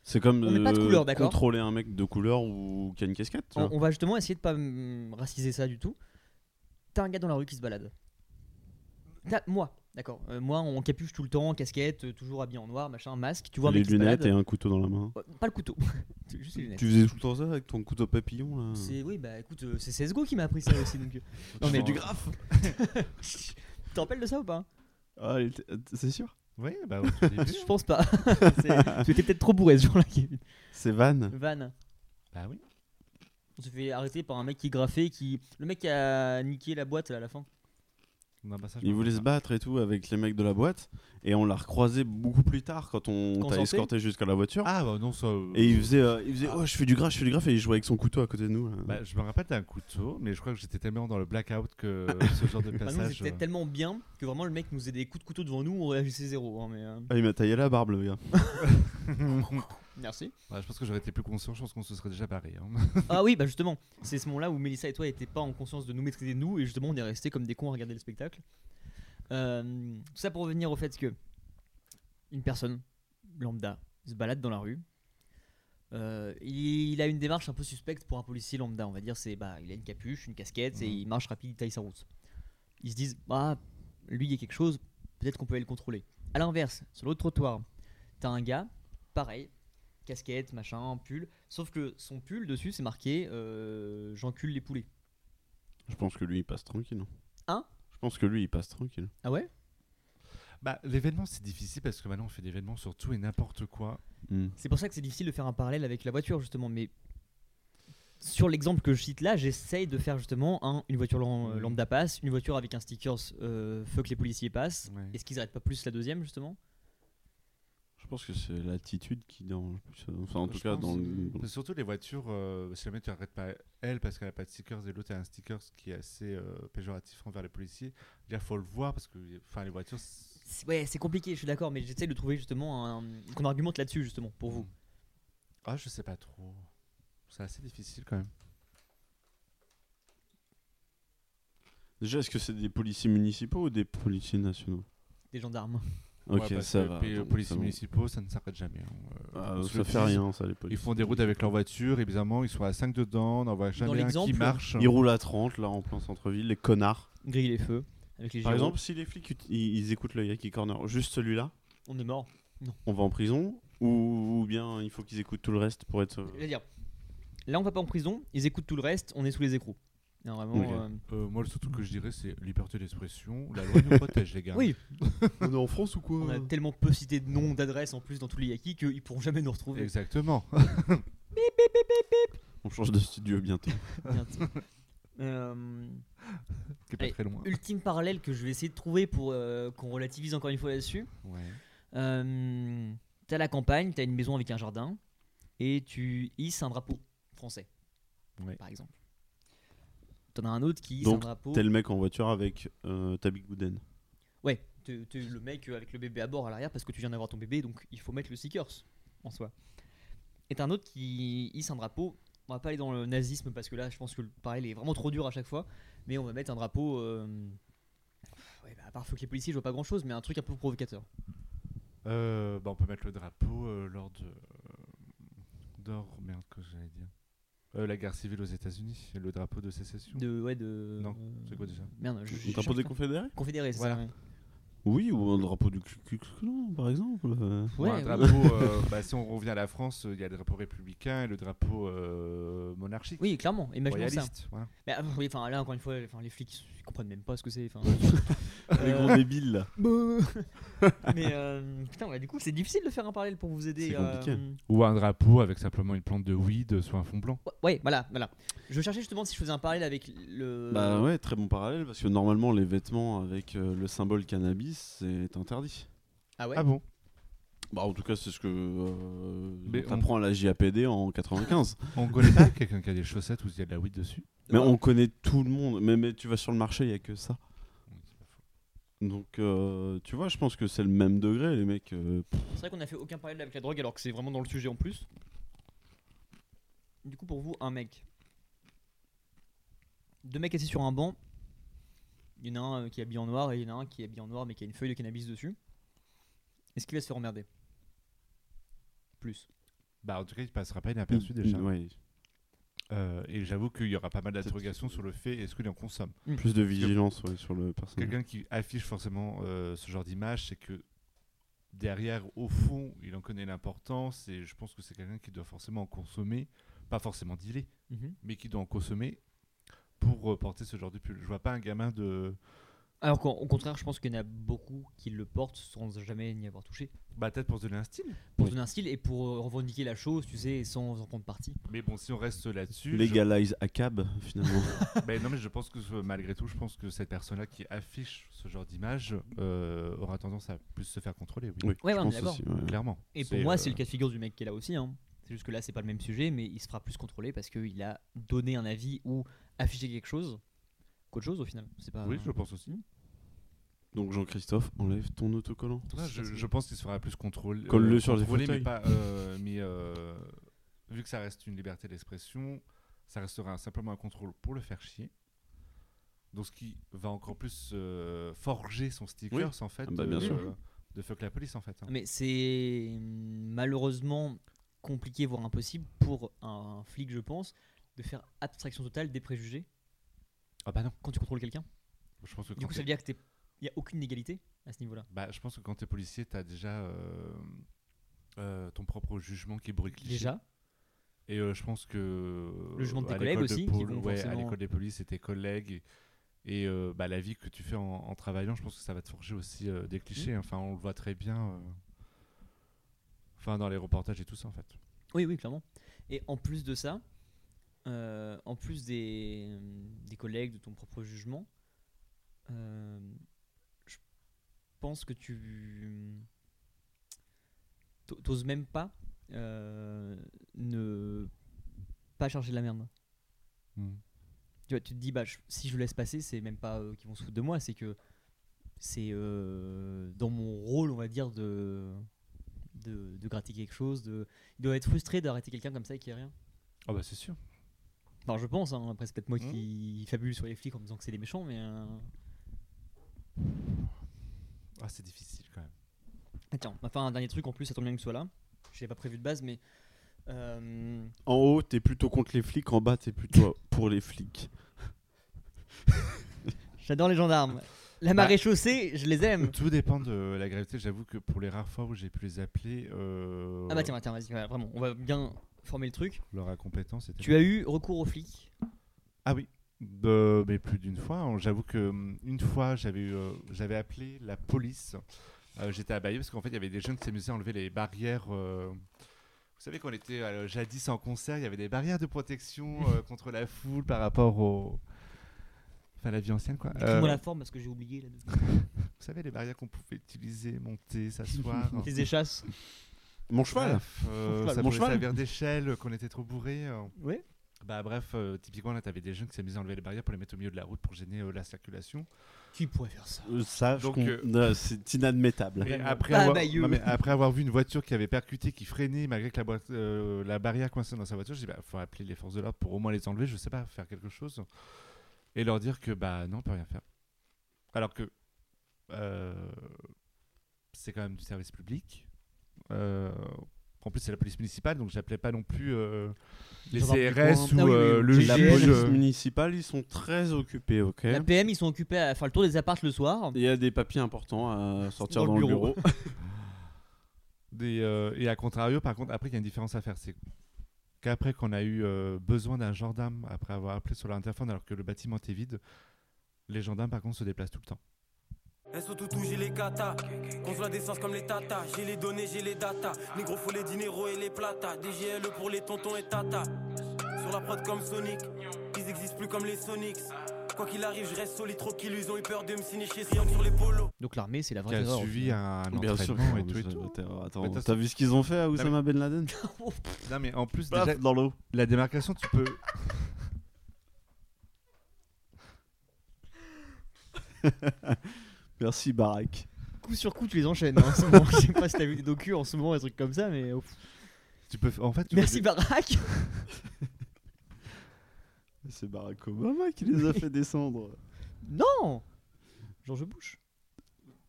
Speaker 3: C'est comme
Speaker 2: On met pas de
Speaker 3: euh,
Speaker 2: couleur, d'accord
Speaker 3: contrôler un mec de couleur ou qui a une casquette. tu
Speaker 2: on,
Speaker 3: vois.
Speaker 2: on va justement essayer de pas mm, raciser ça du tout. T'as un gars dans la rue qui se balade. T'as- moi, d'accord. euh, moi, en capuche tout le temps, en casquette, euh, toujours habillé en noir, machin, masque. Tu vois un
Speaker 3: les
Speaker 2: mec qui se
Speaker 3: lunettes et
Speaker 2: balade.
Speaker 3: un couteau dans la main.
Speaker 2: Ouais, Pas le couteau, *laughs* juste les lunettes.
Speaker 3: Tu faisais tout le temps ça avec ton couteau papillon là
Speaker 2: C'est oui, bah écoute, euh, c'est CSGO qui m'a appris ça aussi.
Speaker 3: *laughs*
Speaker 2: Donc, euh, non, mais *laughs*
Speaker 3: du
Speaker 2: graphe. tu te rappelles de ça ou pas
Speaker 3: Ah, il était- C'est sûr
Speaker 4: Ouais, bah,
Speaker 2: *laughs*
Speaker 4: au tout début,
Speaker 2: Je pense pas. C'est- tu étais peut-être trop bourré ce jour-là, Kevin.
Speaker 3: C'est Van.
Speaker 2: Van.
Speaker 4: bah oui.
Speaker 2: On se fait arrêter par un mec qui graffait, qui. Le mec qui a niqué la boîte là, à la fin.
Speaker 4: Non, bah, ça, je
Speaker 3: Il
Speaker 4: m'en
Speaker 3: voulait se
Speaker 4: rappelle
Speaker 3: battre et tout avec les mecs de la boîte. Et on l'a recroisé beaucoup plus tard quand on
Speaker 2: Quand on
Speaker 3: t'a
Speaker 2: sortait
Speaker 3: escorté jusqu'à la voiture.
Speaker 4: pas. Ah, bah non, ça. euh,
Speaker 3: Et il faisait, euh, il faisait Oh, je fais du graphe, je fais du graphe. Et il jouait avec son couteau à côté de nous. là.
Speaker 4: Bah, je me rappelle d'un couteau, mais je crois que j'étais tellement dans le blackout que euh, ce genre de
Speaker 2: *laughs* Bah, nous,
Speaker 4: passage. euh,
Speaker 2: c'était tellement bien que vraiment le mec nous faisait des coups de couteau devant nous, on réagissait zéro. hein, mais, euh,
Speaker 3: Ah, il m'a taillé la barbe, le gars.
Speaker 4: euh,
Speaker 2: Merci.
Speaker 4: bah, je pense que j'aurais été plus conscient, je pense qu'on se serait déjà barré. hein.
Speaker 2: *laughs* ah oui, bah justement, c'est ce moment-là où Mélissa et toi n'étaient pas en conscience de nous maîtriser nous, et justement on est restés comme des cons à regarder le spectacle. Euh, tout ça pour revenir au fait que une personne lambda se balade dans la rue. Euh, il a une démarche un peu suspecte pour un policier lambda, on va dire. C'est bah, il a une capuche, une casquette, et
Speaker 4: Mhm.
Speaker 2: il marche rapide, il taille sa route. Ils se disent bah lui il y a quelque chose, peut-être qu'on peut aller le contrôler. À l'inverse, sur l'autre trottoir, t'as un gars, pareil, casquette, machin, pull, sauf que son pull dessus c'est marqué euh, j'encule les poulets.
Speaker 3: Je pense que lui, il passe tranquille.
Speaker 2: Hein
Speaker 3: Je pense que lui, il passe tranquille.
Speaker 2: Ah ouais
Speaker 4: Bah, l'événement, c'est difficile parce que maintenant, on fait des événements sur tout et n'importe quoi.
Speaker 2: C'est pour ça que c'est difficile de faire un parallèle avec la voiture justement, mais sur l'exemple que je cite là, j'essaye de faire justement un, une voiture lam- euh,
Speaker 4: Mhm.
Speaker 2: lambda passe, une voiture avec un sticker euh, fuck les policiers passent.
Speaker 4: Ouais.
Speaker 2: Est-ce qu'ils arrêtent pas plus la deuxième justement
Speaker 3: Je pense que c'est l'attitude qui dérange plus. hein. Enfin, en
Speaker 4: Je
Speaker 3: tout cas, dans
Speaker 4: pense, euh,
Speaker 3: le.
Speaker 4: mais Surtout les voitures, euh, si jamais tu arrêtes pas elle parce qu'elle a pas de stickers et l'autre a un sticker qui est assez euh, péjoratif envers les policiers, il faut le voir parce que enfin, les voitures. c'est-
Speaker 2: C'est- Ouais, c'est compliqué, je suis d'accord, mais j'essaye de trouver justement un- qu'on argumente là-dessus justement pour vous.
Speaker 4: Ah, je sais pas trop. C'est assez difficile quand même.
Speaker 3: Déjà, est-ce que c'est des policiers municipaux ou des policiers nationaux
Speaker 2: Des gendarmes.
Speaker 3: Ok,
Speaker 4: Ouais, bah, parce
Speaker 3: ça
Speaker 4: que
Speaker 3: va.
Speaker 4: les
Speaker 3: attends,
Speaker 4: policiers
Speaker 3: ça va.
Speaker 4: municipaux, ça ne s'arrête jamais. hein. Euh,
Speaker 3: Ah,
Speaker 4: on se
Speaker 3: ça
Speaker 4: le
Speaker 3: fait
Speaker 4: dise,
Speaker 3: rien, ça, les
Speaker 4: Ils
Speaker 3: policiers.
Speaker 4: font des routes avec leur voiture et bizarrement, ils sont à 5 dedans, on n'en voit jamais un qui
Speaker 2: l'exemple,
Speaker 4: marche.
Speaker 3: Ils roulent à 30, là, en plein centre-ville, les connards.
Speaker 2: Griller les feux avec les
Speaker 3: Par
Speaker 2: gyros.
Speaker 3: exemple, si les flics, ut- ils, ils écoutent le Yaki Corner, juste celui-là,
Speaker 2: on est mort.
Speaker 3: on va en prison ou, ou bien il faut qu'ils écoutent tout le reste pour être. euh, sauvés
Speaker 2: C'est-à-dire, là, on va pas en prison, ils écoutent tout le reste, on est sous les écrous. Non, vraiment,
Speaker 3: Ok.
Speaker 2: euh,
Speaker 4: Euh, moi, le seul truc que je dirais, c'est liberté d'expression. La loi nous protège, les gars.
Speaker 2: Oui,
Speaker 3: on est en France ou quoi
Speaker 2: on a tellement peu cité de noms, d'adresses en plus dans tous les yakis qu'ils pourront jamais nous retrouver.
Speaker 4: Exactement.
Speaker 3: On change de studio bientôt.
Speaker 2: Bientôt. Euh,
Speaker 4: Qui est pas
Speaker 2: Allez,
Speaker 4: très loin.
Speaker 2: ultime parallèle que je vais essayer de trouver pour euh, qu'on relativise encore une fois là-dessus.
Speaker 4: Ouais.
Speaker 2: Euh, t'as la campagne, t'as une maison avec un jardin, et tu hisses un drapeau français,
Speaker 4: Ouais.
Speaker 2: par exemple. T'en as un autre qui hisse
Speaker 3: Donc,
Speaker 2: un
Speaker 4: Oh.
Speaker 2: drapeau.
Speaker 3: T'es le mec en voiture avec euh, ta Big Gooden.
Speaker 2: Ouais, t'es t'es le mec avec le bébé à bord à l'arrière parce que tu viens d'avoir ton bébé, donc il faut mettre le stickers en soi. Et t'as un autre qui hisse un drapeau. On va pas aller dans le nazisme parce que là, je pense que le parallèle est vraiment trop dur à chaque fois. Mais on va mettre un drapeau. euh, Ouais, bah, à part feu que les policiers, je vois pas grand chose, mais un truc un peu provocateur.
Speaker 4: Euh, bah, on peut mettre le drapeau euh, lors de. euh, D'or, merde, que j'allais dire. Euh, la guerre civile aux États-Unis, le drapeau de sécession.
Speaker 2: De. Ouais, de.
Speaker 4: Non,
Speaker 2: euh,
Speaker 4: c'est quoi déjà
Speaker 2: Merde, je. je-
Speaker 3: Un drapeau
Speaker 2: je-
Speaker 3: des confédérés
Speaker 2: Confédérés, c'est
Speaker 4: Voilà.
Speaker 2: ça. ouais.
Speaker 3: Oui, ou un drapeau du Ku Klux Klan, par exemple. euh.
Speaker 4: Ou un
Speaker 2: Ouais,
Speaker 4: drapeau,
Speaker 2: *laughs*
Speaker 4: euh, bah, si on revient à la France, euh, il y a le drapeau républicain et le drapeau euh, monarchique.
Speaker 2: Oui, clairement, imaginons ça.
Speaker 4: royaliste. Voilà.
Speaker 2: Mais ah, oui, enfin là, encore une fois, enfin, les flics ils comprennent même pas ce que c'est.
Speaker 4: *laughs*
Speaker 2: enfin.
Speaker 3: Les
Speaker 2: Euh,
Speaker 3: gros débiles là. *laughs*
Speaker 2: mais euh, putain, ouais, du coup, c'est difficile de faire un parallèle pour vous aider.
Speaker 3: C'est compliqué.
Speaker 2: euh,
Speaker 4: Ou un drapeau avec simplement une plante de weed sur un fond blanc.
Speaker 2: ouais, Ouais, voilà, voilà. Je cherchais justement si je faisais un parallèle avec le.
Speaker 3: Bah ouais, très bon parallèle parce que normalement les vêtements avec euh, le symbole cannabis c'est interdit.
Speaker 2: Ah ouais.
Speaker 4: Ah bon
Speaker 3: Bah en tout cas c'est ce que euh,
Speaker 4: Mais on-
Speaker 3: t'apprends à la JAPD en
Speaker 4: *laughs*
Speaker 3: 95.
Speaker 4: *laughs* On connaît pas quelqu'un qui a des chaussettes où il y a de la weed dessus
Speaker 3: mais
Speaker 2: Voilà.
Speaker 3: on connaît tout le monde. Mais, mais tu vas sur le marché il y a que ça. Donc euh, tu vois je pense que c'est le même degré les mecs. euh, pff,
Speaker 2: C'est vrai qu'on a fait aucun parallèle avec la drogue alors que c'est vraiment dans le sujet en plus. Du coup, pour vous, un mec. Deux mecs assis sur un banc. Il y en a un euh, qui est habillé en noir et il y en a un qui est habillé en noir mais qui a une feuille de cannabis dessus. Est-ce qu'il va se faire emmerder Plus.
Speaker 4: Bah en tout cas, il passera pas
Speaker 2: Mm,
Speaker 4: inaperçu déjà.
Speaker 3: ouais,
Speaker 4: Euh, et j'avoue qu'il y aura pas mal d'interrogations sur le fait est-ce qu'il en consomme.
Speaker 3: plus de vigilance ouais, sur le personnage.
Speaker 4: Quelqu'un qui affiche forcément euh, ce genre d'image, c'est que derrière, au fond, il en connaît l'importance et je pense que c'est quelqu'un qui doit forcément en consommer, pas forcément dealer,
Speaker 3: Mhm.
Speaker 4: mais qui doit en consommer pour euh, porter ce genre de pull. Je vois pas un gamin de.
Speaker 2: Alors qu'au au contraire, je pense qu'il y en a beaucoup qui le portent sans jamais n'y avoir touché.
Speaker 4: Bah peut-être pour se donner un style.
Speaker 2: Pour
Speaker 3: Oui.
Speaker 2: donner un style et pour euh, revendiquer la chose, tu sais, sans en prendre parti.
Speaker 4: Mais bon, si on reste là-dessus. je-
Speaker 3: Légalize à cab finalement.
Speaker 4: Ben non, mais je pense que euh, malgré tout, je pense que cette personne-là qui affiche ce genre d'image euh, aura tendance à plus se faire contrôler, *laughs* oui.
Speaker 3: oui,
Speaker 2: Ouais, ouais,
Speaker 3: je
Speaker 2: on est
Speaker 3: pense
Speaker 2: d'accord.
Speaker 3: aussi, ouais.
Speaker 4: Clairement.
Speaker 2: Et pour
Speaker 4: euh,
Speaker 2: moi, c'est le cas de figure du mec qui est là aussi. hein. C'est juste que là, c'est pas le même sujet, mais il se fera plus contrôler parce qu'il a donné un avis ou affiché quelque chose qu'autre chose au final. C'est pas.
Speaker 4: euh, Oui, je pense aussi.
Speaker 3: Donc Jean-Christophe enlève ton autocollant.
Speaker 2: Attends,
Speaker 4: Ouais,
Speaker 2: c'est
Speaker 4: je,
Speaker 2: facile.
Speaker 4: je pense qu'il se fera plus contrôler.
Speaker 3: Colle-le sur les
Speaker 4: Mais,
Speaker 3: fauteuils.
Speaker 4: pas, euh, mais euh, vu que ça reste une liberté d'expression, ça restera un- simplement un contrôle pour le faire chier. Donc ce qui va encore plus euh, forger son stickers, en fait,
Speaker 3: Ah bah, bien
Speaker 4: de,
Speaker 3: sûr.
Speaker 4: de fuck la police, en fait. hein.
Speaker 2: Mais c'est hum, malheureusement compliqué, voire impossible pour un flic, je pense, de faire abstraction totale des préjugés
Speaker 4: Ah bah non,
Speaker 2: quand tu contrôles quelqu'un.
Speaker 4: je pense que
Speaker 2: Du
Speaker 4: quand
Speaker 2: coup, ça
Speaker 4: t'es-
Speaker 2: veut dire que t'es- il y a aucune égalité à ce niveau-là.
Speaker 4: Bah, je pense que quand t'es policier, t'as déjà euh, euh, ton propre jugement qui est bourré de clichés.
Speaker 2: Déjà.
Speaker 4: Et euh, je pense que. euh,
Speaker 2: Le jugement de tes
Speaker 4: à
Speaker 2: collègues
Speaker 4: l'école de
Speaker 2: aussi, qui
Speaker 4: pôle-
Speaker 2: vont
Speaker 4: ouais, à
Speaker 2: forcément-
Speaker 4: l'école des polices et tes collègues. Et, et, euh, bah, la vie que tu fais en, en travaillant, je pense que ça va te forger aussi euh, des clichés.
Speaker 2: Mmh.
Speaker 4: Enfin, on le voit très bien. euh, Enfin, dans les reportages et tout ça, en fait.
Speaker 2: Oui, oui, clairement. Et en plus de ça, euh, en plus des, des collègues, de ton propre jugement, euh, je pense que tu t'o- t'oses même pas euh, ne pas charger de la merde. Mmh. Tu vois, tu te dis, bah, je- si je le laisse passer, c'est même pas euh, qu'ils vont se foutre de moi, c'est que c'est euh, dans mon rôle, on va dire, de, de, de gratter quelque chose. De... Il doit être frustré d'arrêter quelqu'un comme ça et qui est rien.
Speaker 4: Ah, bah, c'est sûr.
Speaker 2: Enfin, je pense, hein. après, c'est peut-être moi
Speaker 4: Mhm.
Speaker 2: qui fabule sur les flics en me disant que c'est des méchants, mais. euh,
Speaker 4: Ah, c'est difficile quand même.
Speaker 2: Ah, tiens, on va faire un dernier truc en plus, ça tombe bien que tu sois là. Je l'ai pas prévu de base, mais. euh,
Speaker 3: En haut, t'es plutôt contre les flics, *laughs* en bas, t'es plutôt pour les flics.
Speaker 2: J'adore les gendarmes. La
Speaker 4: Bah.
Speaker 2: marée chaussée, je les
Speaker 4: *laughs*
Speaker 2: aime.
Speaker 4: Tout dépend de la gravité. J'avoue que pour les rares fois où j'ai pu les appeler, euh,
Speaker 2: Ah bah tiens, bah tiens, vas-y, voilà, vraiment, on va bien former le truc.
Speaker 4: leur incompétence était.
Speaker 2: Tu as eu recours aux flics
Speaker 4: Ah oui. De- mais plus d'une fois. hein. J'avoue que hum, une fois, j'avais eu, euh, j'avais appelé la police. Euh, J'étais à Bayeux parce qu'en fait, il y avait des jeunes qui s'amusaient à enlever les barrières. euh, Vous savez qu'on était euh, jadis en concert, il y avait des barrières de protection *laughs* euh, contre la foule par rapport au. Enfin, la vie ancienne, quoi. Euh,
Speaker 2: Dis-moi la forme parce que j'ai oublié là dessus
Speaker 4: Vous savez, les barrières qu'on pouvait utiliser, monter,
Speaker 3: *laughs*
Speaker 4: s'asseoir. hein.
Speaker 2: Les
Speaker 4: *laughs*
Speaker 2: échasses.
Speaker 3: Mon cheval
Speaker 4: Bref, euh,
Speaker 2: Cheval,
Speaker 4: ça
Speaker 3: mon
Speaker 4: pouvait
Speaker 3: cheval.
Speaker 4: servir d'échelle, qu'on était trop bourrés. euh.
Speaker 2: Ouais.
Speaker 4: Bah bref, euh, typiquement là, t'avais des jeunes qui s'amusaient à enlever les barrières pour les mettre au milieu de la route pour gêner euh, la circulation.
Speaker 2: Qui pourrait faire ça
Speaker 3: Euh, Ça, je
Speaker 4: Donc,
Speaker 3: con-
Speaker 4: euh,
Speaker 3: non, c'est inadmettable.
Speaker 4: Et
Speaker 2: Vraiment.
Speaker 4: après,
Speaker 2: Ah,
Speaker 4: avoir,
Speaker 2: bah, you.
Speaker 4: non, mais après avoir vu une voiture qui avait percuté, qui freinait malgré que la, boîte- euh, la barrière coincée dans sa voiture, j'ai dit bah, faut appeler les forces de l'ordre pour au moins les enlever, je sais pas, faire quelque chose. Et leur dire que bah non, on peut rien faire. Alors que euh, c'est quand même du service public. Euh, en plus, c'est la police municipale, donc j'appelais pas non plus euh, les
Speaker 2: Gendarme du
Speaker 4: CRS
Speaker 2: coin.
Speaker 4: ou
Speaker 2: Ah oui, oui,
Speaker 4: euh,
Speaker 2: oui.
Speaker 4: le
Speaker 2: J'ai
Speaker 3: La
Speaker 2: GIGN,
Speaker 4: juge.
Speaker 3: police
Speaker 4: euh,
Speaker 3: municipale, ils sont très occupés, ok
Speaker 2: La
Speaker 3: Il
Speaker 2: PM, ils sont occupés à faire le tour des appartes le soir.
Speaker 3: y a des papiers importants à sortir
Speaker 2: Dans
Speaker 3: dans,
Speaker 2: le
Speaker 3: le
Speaker 2: bureau.
Speaker 3: bureau.
Speaker 4: Des, euh, et à contrario, par contre, après, il y a une différence à faire. C'est qu'après qu'on a eu euh, besoin d'un gendarme, après avoir appelé sur l'interphone, alors que le bâtiment était vide, les gendarmes, par contre, se déplacent tout le temps.
Speaker 6: Elles sont tout j'ai les kata. Conçoit la d'essence comme les tatas. J'ai les données, j'ai les data. Négro faut les dineros et les plata. DGLE E pour les tontons et tata. Sur la prod comme Sonic. Ils existent plus comme les Sonics. Quoi qu'il arrive, je reste solide, trop qu'ils ils ont eu peur de me signer chez Triangle sur les polos.
Speaker 2: Donc l'armée, c'est la
Speaker 4: Qui
Speaker 2: vraie
Speaker 4: a
Speaker 2: erreur.
Speaker 4: suivi un
Speaker 3: Bien sûr.
Speaker 4: entraînement Ah, et tout et
Speaker 3: ça-
Speaker 4: tout.
Speaker 3: t'as-
Speaker 4: Mais
Speaker 3: Attends,
Speaker 4: t'as- Ah,
Speaker 3: t'as vu ce qu'ils ont fait à Oussama Ben Laden
Speaker 4: Non, mais en plus,
Speaker 3: Paf,
Speaker 4: déjà,
Speaker 3: dans l'eau.
Speaker 4: la démarcation, tu peux.
Speaker 3: Merci Barak.
Speaker 2: Coup sur coup, tu les enchaînes. hein, en ce moment. *laughs* Je sais pas si t'as vu des docus en ce moment, des trucs comme ça, mais. oh, pff.
Speaker 4: Tu peux en fait, tu peux-
Speaker 2: Merci Barack
Speaker 3: C'est Barack Obama qui
Speaker 4: *laughs*
Speaker 3: les a fait descendre.
Speaker 2: Non George Bush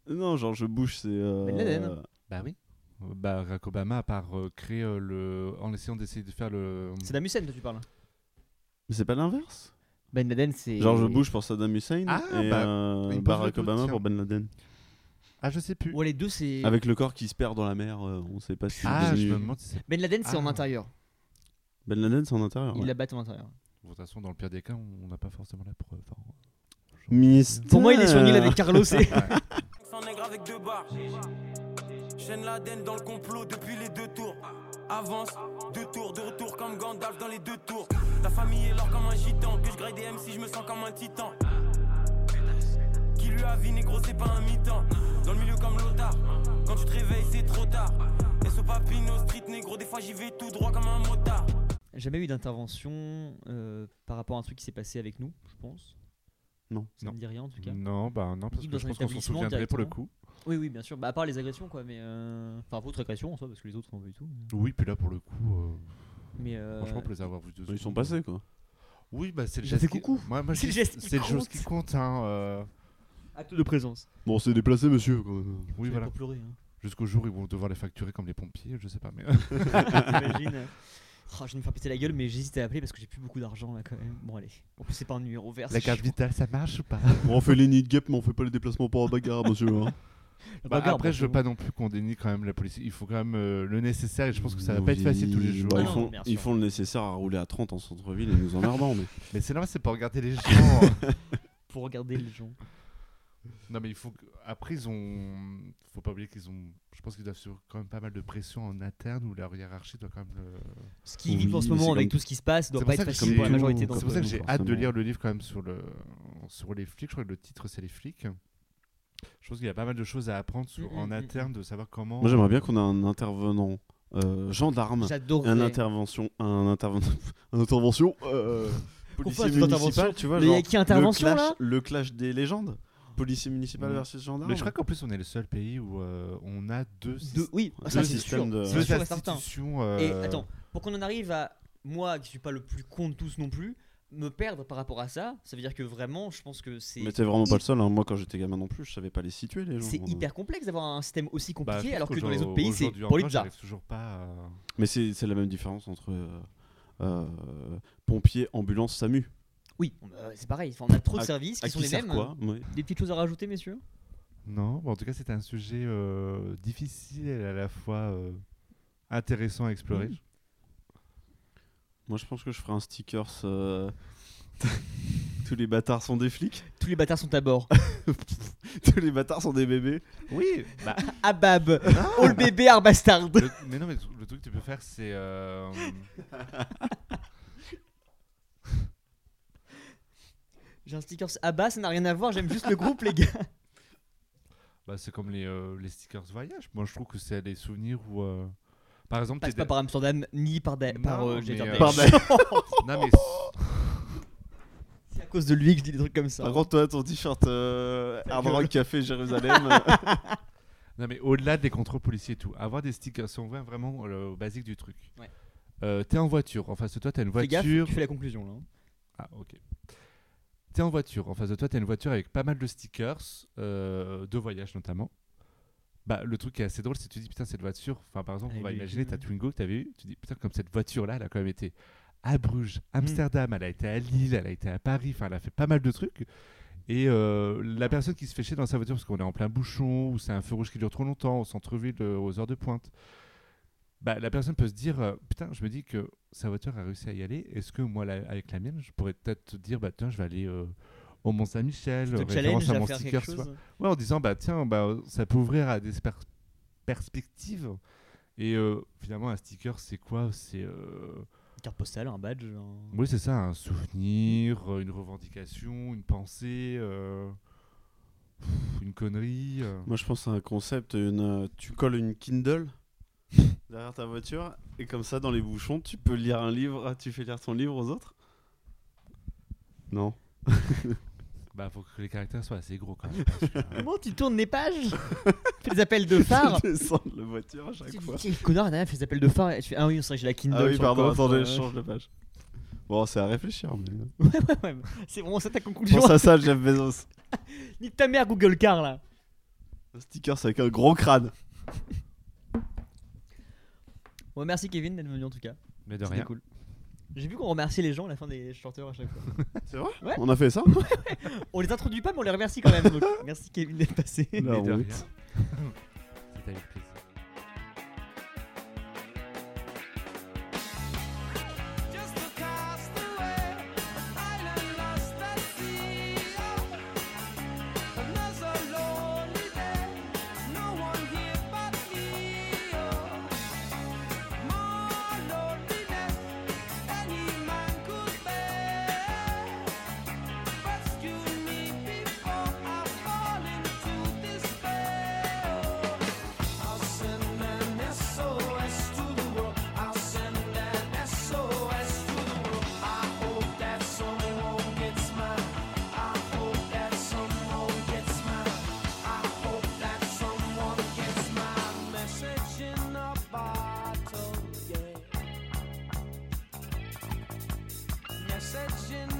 Speaker 3: Non, George Bush, c'est. euh,
Speaker 2: Ben Laden.
Speaker 4: Bah oui. Euh, Barack Obama, à part euh, créer euh, le. en essayant d'essayer de faire le.
Speaker 2: Saddam Hussein, toi, tu parles
Speaker 3: Mais c'est pas l'inverse
Speaker 2: Ben Laden, c'est.
Speaker 3: George Bush pour Saddam Hussein
Speaker 4: Ah,
Speaker 3: et
Speaker 4: bah,
Speaker 3: euh,
Speaker 4: il me pose le
Speaker 3: Barack
Speaker 4: doute,
Speaker 3: Obama
Speaker 4: tiens.
Speaker 3: pour Ben Laden.
Speaker 4: Ah, je sais plus.
Speaker 2: Ouais, les deux, c'est.
Speaker 3: Avec le corps qui se perd dans la mer, euh, on sait pas si.
Speaker 4: Ah,
Speaker 3: c'est
Speaker 4: je
Speaker 3: devenu-
Speaker 4: me demande si c'est.
Speaker 2: Ben Laden, c'est en
Speaker 4: Ah.
Speaker 2: intérieur.
Speaker 3: Ben Laden, c'est en intérieur.
Speaker 2: Ils
Speaker 3: ouais.
Speaker 2: la battent en intérieur.
Speaker 4: Bon, de toute façon, dans le pire des cas, on n'a pas forcément la preuve. hein.
Speaker 3: Mystère.
Speaker 2: Pour moi, il est sur une île avec *laughs* Carlos et.
Speaker 6: Sans nègre avec deux barres. Chaîne l'Aden dans le complot depuis les deux tours. Avance, deux tours, de retour comme Gandalf dans les deux tours. Ta famille est l'or comme un gitan. Que je graille des MC, je me sens comme un titan. Qui lui a vie, négro, c'est pas un mi-temps. Dans le milieu comme l'otard. Quand tu te réveilles, c'est trop tard. Et ce papino, street négro, des fois j'y vais tout droit comme un motard.
Speaker 2: Jamais eu d'intervention euh, par rapport à un truc qui s'est passé avec nous, je pense.
Speaker 3: Non.
Speaker 2: Ça
Speaker 4: Non.
Speaker 2: me dit rien en tout cas.
Speaker 4: Non, bah non, parce
Speaker 2: Ou
Speaker 4: que
Speaker 2: dans
Speaker 4: je
Speaker 2: un
Speaker 4: pense qu'on s'en
Speaker 2: établissement
Speaker 4: souviendrait pour le
Speaker 2: directement.
Speaker 4: coup.
Speaker 2: Oui, oui, bien sûr. Bah, à part les agressions, quoi. Mais euh, enfin, votre agression en soi, parce que les autres sont pas du tout.
Speaker 4: Oui, puis là pour le coup, euh,
Speaker 2: Mais euh,
Speaker 4: franchement, pour les avoir vus deux
Speaker 3: Ils sont
Speaker 4: secondes,
Speaker 3: passés quoi.
Speaker 4: euh, Oui, bah c'est le
Speaker 2: Ils ont
Speaker 4: geste.
Speaker 2: fait
Speaker 4: qui-
Speaker 2: coucou.
Speaker 4: Moi, moi, je
Speaker 2: C'est le
Speaker 4: dis,
Speaker 2: geste qui
Speaker 4: c'est le
Speaker 2: compte.
Speaker 4: chose qui compte. hein, euh,
Speaker 2: acte de présence.
Speaker 3: Bon, c'est déplacé, monsieur. Quand même.
Speaker 4: Oui,
Speaker 2: J'avais
Speaker 4: voilà.
Speaker 2: Pas pleurer,
Speaker 4: *laughs*
Speaker 2: hein.
Speaker 4: Jusqu'au jour où ils vont devoir les facturer comme les pompiers, je sais pas. *laughs* Mais
Speaker 2: T'imagines *laughs* Oh, je vais me faire péter la gueule, mais j'hésite à appeler parce que j'ai plus beaucoup d'argent là quand même. Bon, allez. En plus, c'est pas un numéro vert.
Speaker 4: la
Speaker 2: c'est
Speaker 4: carte
Speaker 2: chiant.
Speaker 4: vitale, ça marche ou pas
Speaker 3: on fait les nids de guêpes, mais on fait pas les déplacements pour bagarre, monsieur.
Speaker 2: La
Speaker 3: hein.
Speaker 4: Bah,
Speaker 2: bagarre,
Speaker 4: Après, je veux
Speaker 2: bon,
Speaker 4: pas non plus qu'on dénie quand même la police. Il faut quand même euh, le nécessaire et je pense que ça va pas
Speaker 3: Oui.
Speaker 4: être facile tous les jours.
Speaker 2: Ah
Speaker 3: Bah, Ils
Speaker 2: non,
Speaker 3: font,
Speaker 2: bien
Speaker 3: ils
Speaker 2: sûr.
Speaker 3: font le nécessaire à rouler à 30 en centre-ville et nous
Speaker 2: *laughs*
Speaker 3: emmerdant. Mais...
Speaker 4: Mais c'est normal, c'est pas regarder
Speaker 3: *laughs*
Speaker 4: les gens.
Speaker 2: c'est Pour regarder les gens.
Speaker 4: non, mais il faut. que- Après, ils ont. Faut pas oublier qu'ils ont. Je pense qu'ils doivent subir quand même pas mal de pression en interne où leur hiérarchie doit quand même. le-
Speaker 2: Ce qui
Speaker 3: Oui,
Speaker 2: vit en ce
Speaker 3: mais
Speaker 2: moment
Speaker 3: c'est
Speaker 2: avec
Speaker 3: comme-
Speaker 2: tout ce qui se passe doit
Speaker 4: C'est
Speaker 2: pas
Speaker 4: pour
Speaker 2: être
Speaker 4: ça que
Speaker 2: facile
Speaker 4: c'est-
Speaker 2: pour la majorité
Speaker 4: C'est
Speaker 2: d'entre
Speaker 4: pour ça
Speaker 2: eux.
Speaker 4: que j'ai hâte de
Speaker 3: forcément.
Speaker 4: lire le livre quand même sur, le, sur les flics. Je crois que le titre c'est les flics. Je pense qu'il y a pas mal de choses à apprendre sur,
Speaker 2: Mm, mm,
Speaker 4: en
Speaker 2: mm,
Speaker 4: interne, de savoir comment.
Speaker 3: Moi, j'aimerais bien qu'on ait un intervenant euh, gendarme,
Speaker 2: J'adorerais.
Speaker 3: un intervention, un intervenant, *laughs* un intervention. euh, policier
Speaker 2: fasse une
Speaker 3: municipal,
Speaker 2: intervention.
Speaker 3: tu vois,
Speaker 2: Mais
Speaker 3: genre,
Speaker 2: y a qui intervention,
Speaker 3: le clash,
Speaker 2: là
Speaker 3: Le clash des légendes, policier municipal
Speaker 4: Mm.
Speaker 3: versus gendarme. hein.
Speaker 4: Mais je crois qu'en plus on est le seul pays où euh, on a deux,
Speaker 2: De- Oui,
Speaker 3: Deux
Speaker 2: ça c'est sûr.
Speaker 3: systèmes de-
Speaker 2: C'est
Speaker 4: deux
Speaker 2: sûr et certain.
Speaker 4: institutions. euh,
Speaker 2: Et attends, pour qu'on en arrive à moi qui suis pas le plus con de tous non plus, me perdre par rapport à ça, ça veut dire que vraiment, je pense que c'est
Speaker 3: Mais t'es vraiment pas le seul. hein. Moi, quand j'étais gamin non plus, je savais pas les situer les gens.
Speaker 2: c'est hyper complexe d'avoir un système aussi
Speaker 4: bah, je
Speaker 2: compliqué
Speaker 4: pense
Speaker 2: alors que dans
Speaker 4: qu'aujourd'hui-
Speaker 2: les autres pays c'est
Speaker 4: aujourd'hui encore,
Speaker 2: Polizza.
Speaker 4: j'arrive toujours pas. euh,
Speaker 3: Mais c'est c'est la même différence entre euh, euh, pompier, ambulance, SAMU.
Speaker 2: Oui, on- euh, c'est pareil. Enfin, on a trop de
Speaker 3: À-
Speaker 2: services
Speaker 3: À
Speaker 2: qui sont
Speaker 3: qui
Speaker 2: les
Speaker 3: sert
Speaker 2: mêmes. hein
Speaker 3: quoi Ouais.
Speaker 2: Des petites choses à rajouter, messieurs
Speaker 4: Non, bon, en tout cas, c'était un sujet euh, difficile et à la fois euh, intéressant à explorer.
Speaker 2: Mm.
Speaker 3: Moi, je pense que je ferai un sticker. euh, *laughs* Tous les bâtards sont des flics. *laughs*
Speaker 2: Tous les bâtards sont à *laughs* bord.
Speaker 3: Tous les bâtards sont des bébés.
Speaker 4: Oui, bah,
Speaker 2: Abab, all bébé are bastard.
Speaker 4: le- mais non, mais le truc que tu peux faire, c'est. euh,
Speaker 2: J'ai un sticker Abba, ça n'a rien à voir, j'aime juste le groupe, les gars.
Speaker 4: bah, c'est comme les, euh, les stickers voyage. Moi, je trouve que c'est des souvenirs où. euh, Par exemple,
Speaker 2: Passe
Speaker 4: t'es-
Speaker 2: Bah, pas par Amsterdam ni par. Da-
Speaker 4: Non,
Speaker 2: par euh,
Speaker 4: mais,
Speaker 2: j'allais dire
Speaker 4: euh,
Speaker 2: Daesh.
Speaker 3: Par
Speaker 2: *laughs*
Speaker 4: Non, mais.
Speaker 2: C'est à cause de lui que je dis des trucs comme ça.
Speaker 3: Par contre, toi, ton t-shirt euh, Hard Rock Café Jérusalem. euh,
Speaker 4: Non, mais au-delà des contrôles policiers et tout, avoir des stickers, si on revient vraiment euh, au basique du truc.
Speaker 2: Ouais.
Speaker 4: Euh, t'es en voiture, en face de toi, t'as une
Speaker 2: Fais gaffe,
Speaker 4: voiture.
Speaker 2: tu fais la conclusion là.
Speaker 4: Ah, ok. T'es en voiture, en face de toi, t'as une voiture avec pas mal de stickers, euh, de voyage notamment. Bah, le truc qui est assez drôle, c'est que tu dis putain, cette voiture, enfin par exemple, on
Speaker 2: Elle
Speaker 4: va
Speaker 2: est euh,
Speaker 4: imaginer
Speaker 2: bien.
Speaker 4: ta Twingo que t'avais eu, tu dis putain, comme cette voiture-là, elle a quand même été à Bruges,
Speaker 2: Hmm.
Speaker 4: Amsterdam, elle a été à Lille, elle a été à Paris, enfin elle a fait pas mal de trucs. Et euh, la personne qui se fait chier dans sa voiture parce qu'on est en plein bouchon, ou c'est un feu rouge qui dure trop longtemps, au centre-ville, euh, aux heures de pointe, bah, la personne peut se dire euh, Putain, je me dis que sa voiture a réussi à y aller. Est-ce que moi, la- avec la mienne, je pourrais peut-être te dire bah, Tiens, je vais aller euh, au Mont-Saint-Michel,
Speaker 2: Tu te
Speaker 4: référence
Speaker 2: challenge
Speaker 4: à
Speaker 2: à
Speaker 4: mon
Speaker 2: faire
Speaker 4: sticker,
Speaker 2: quelque
Speaker 4: tu vois.
Speaker 2: chose.
Speaker 4: Ouais, en disant bah tiens, bah, ça peut ouvrir à des per- perspectives. Et euh, finalement, un sticker, c'est quoi C'est euh,
Speaker 2: Une carte postale, un badge. un-
Speaker 3: Mm.
Speaker 4: oui, c'est ça, un souvenir, euh, une revendication, une pensée, euh, pff, une connerie. euh.
Speaker 3: *laughs* Moi, je pense à un concept. Une, euh, tu colles une Kindle *laughs* derrière ta voiture et comme ça, dans les bouchons, tu peux lire un livre. Ah, tu fais lire ton livre aux autres Non.
Speaker 4: Bah faut que les caractères soient assez gros quand même.
Speaker 2: *laughs* Comment tu tournes les
Speaker 3: *laughs*
Speaker 2: pages Tu fais des appels de phare
Speaker 3: Je descends de la voiture à chaque
Speaker 2: Tu
Speaker 3: fois.
Speaker 2: dis, connard, derrière, il fait des appels de phare. Et tu fais, ah oui, c'est vrai, que j'ai la Kindle.
Speaker 3: Ah oui,
Speaker 2: sur le
Speaker 3: pardon,
Speaker 2: coffre,
Speaker 3: attendez,
Speaker 2: euh,
Speaker 3: je change la page. Bon, c'est à
Speaker 2: *laughs*
Speaker 3: réfléchir. Mais...
Speaker 2: ouais, ouais. c'est vraiment ça ta conclusion.
Speaker 3: Pense à ça, Jeff Bezos.
Speaker 2: Nique ta mère, Google Car là.
Speaker 3: Un sticker, c'est avec un gros crâne.
Speaker 2: Ouais, merci Kevin d'être venu en tout cas.
Speaker 4: Mais de
Speaker 2: C'était
Speaker 4: rien.
Speaker 2: cool. J'ai vu qu'on remerciait les gens à la fin des chanteurs à chaque fois.
Speaker 3: C'est vrai
Speaker 2: Ouais.
Speaker 3: On a fait ça *laughs*
Speaker 2: On les introduit pas, mais on les remercie quand même. donc merci Kevin d'être passé.
Speaker 3: La
Speaker 4: Mais de
Speaker 3: honte.
Speaker 4: rien. *laughs* C'est avec plaisir.
Speaker 1: Just a castaway, island lost at sea. Oh, Another lonely day, no one here but me. Oh, more loneliness any man could bear. Rescue me before I fall into despair. Oh, I'll send an SOS to the world. I'll send an SOS to the world. I hope that someone gets mine. I hope that someone gets mine. I hope that someone gets my message in a bottle. Yeah. Message in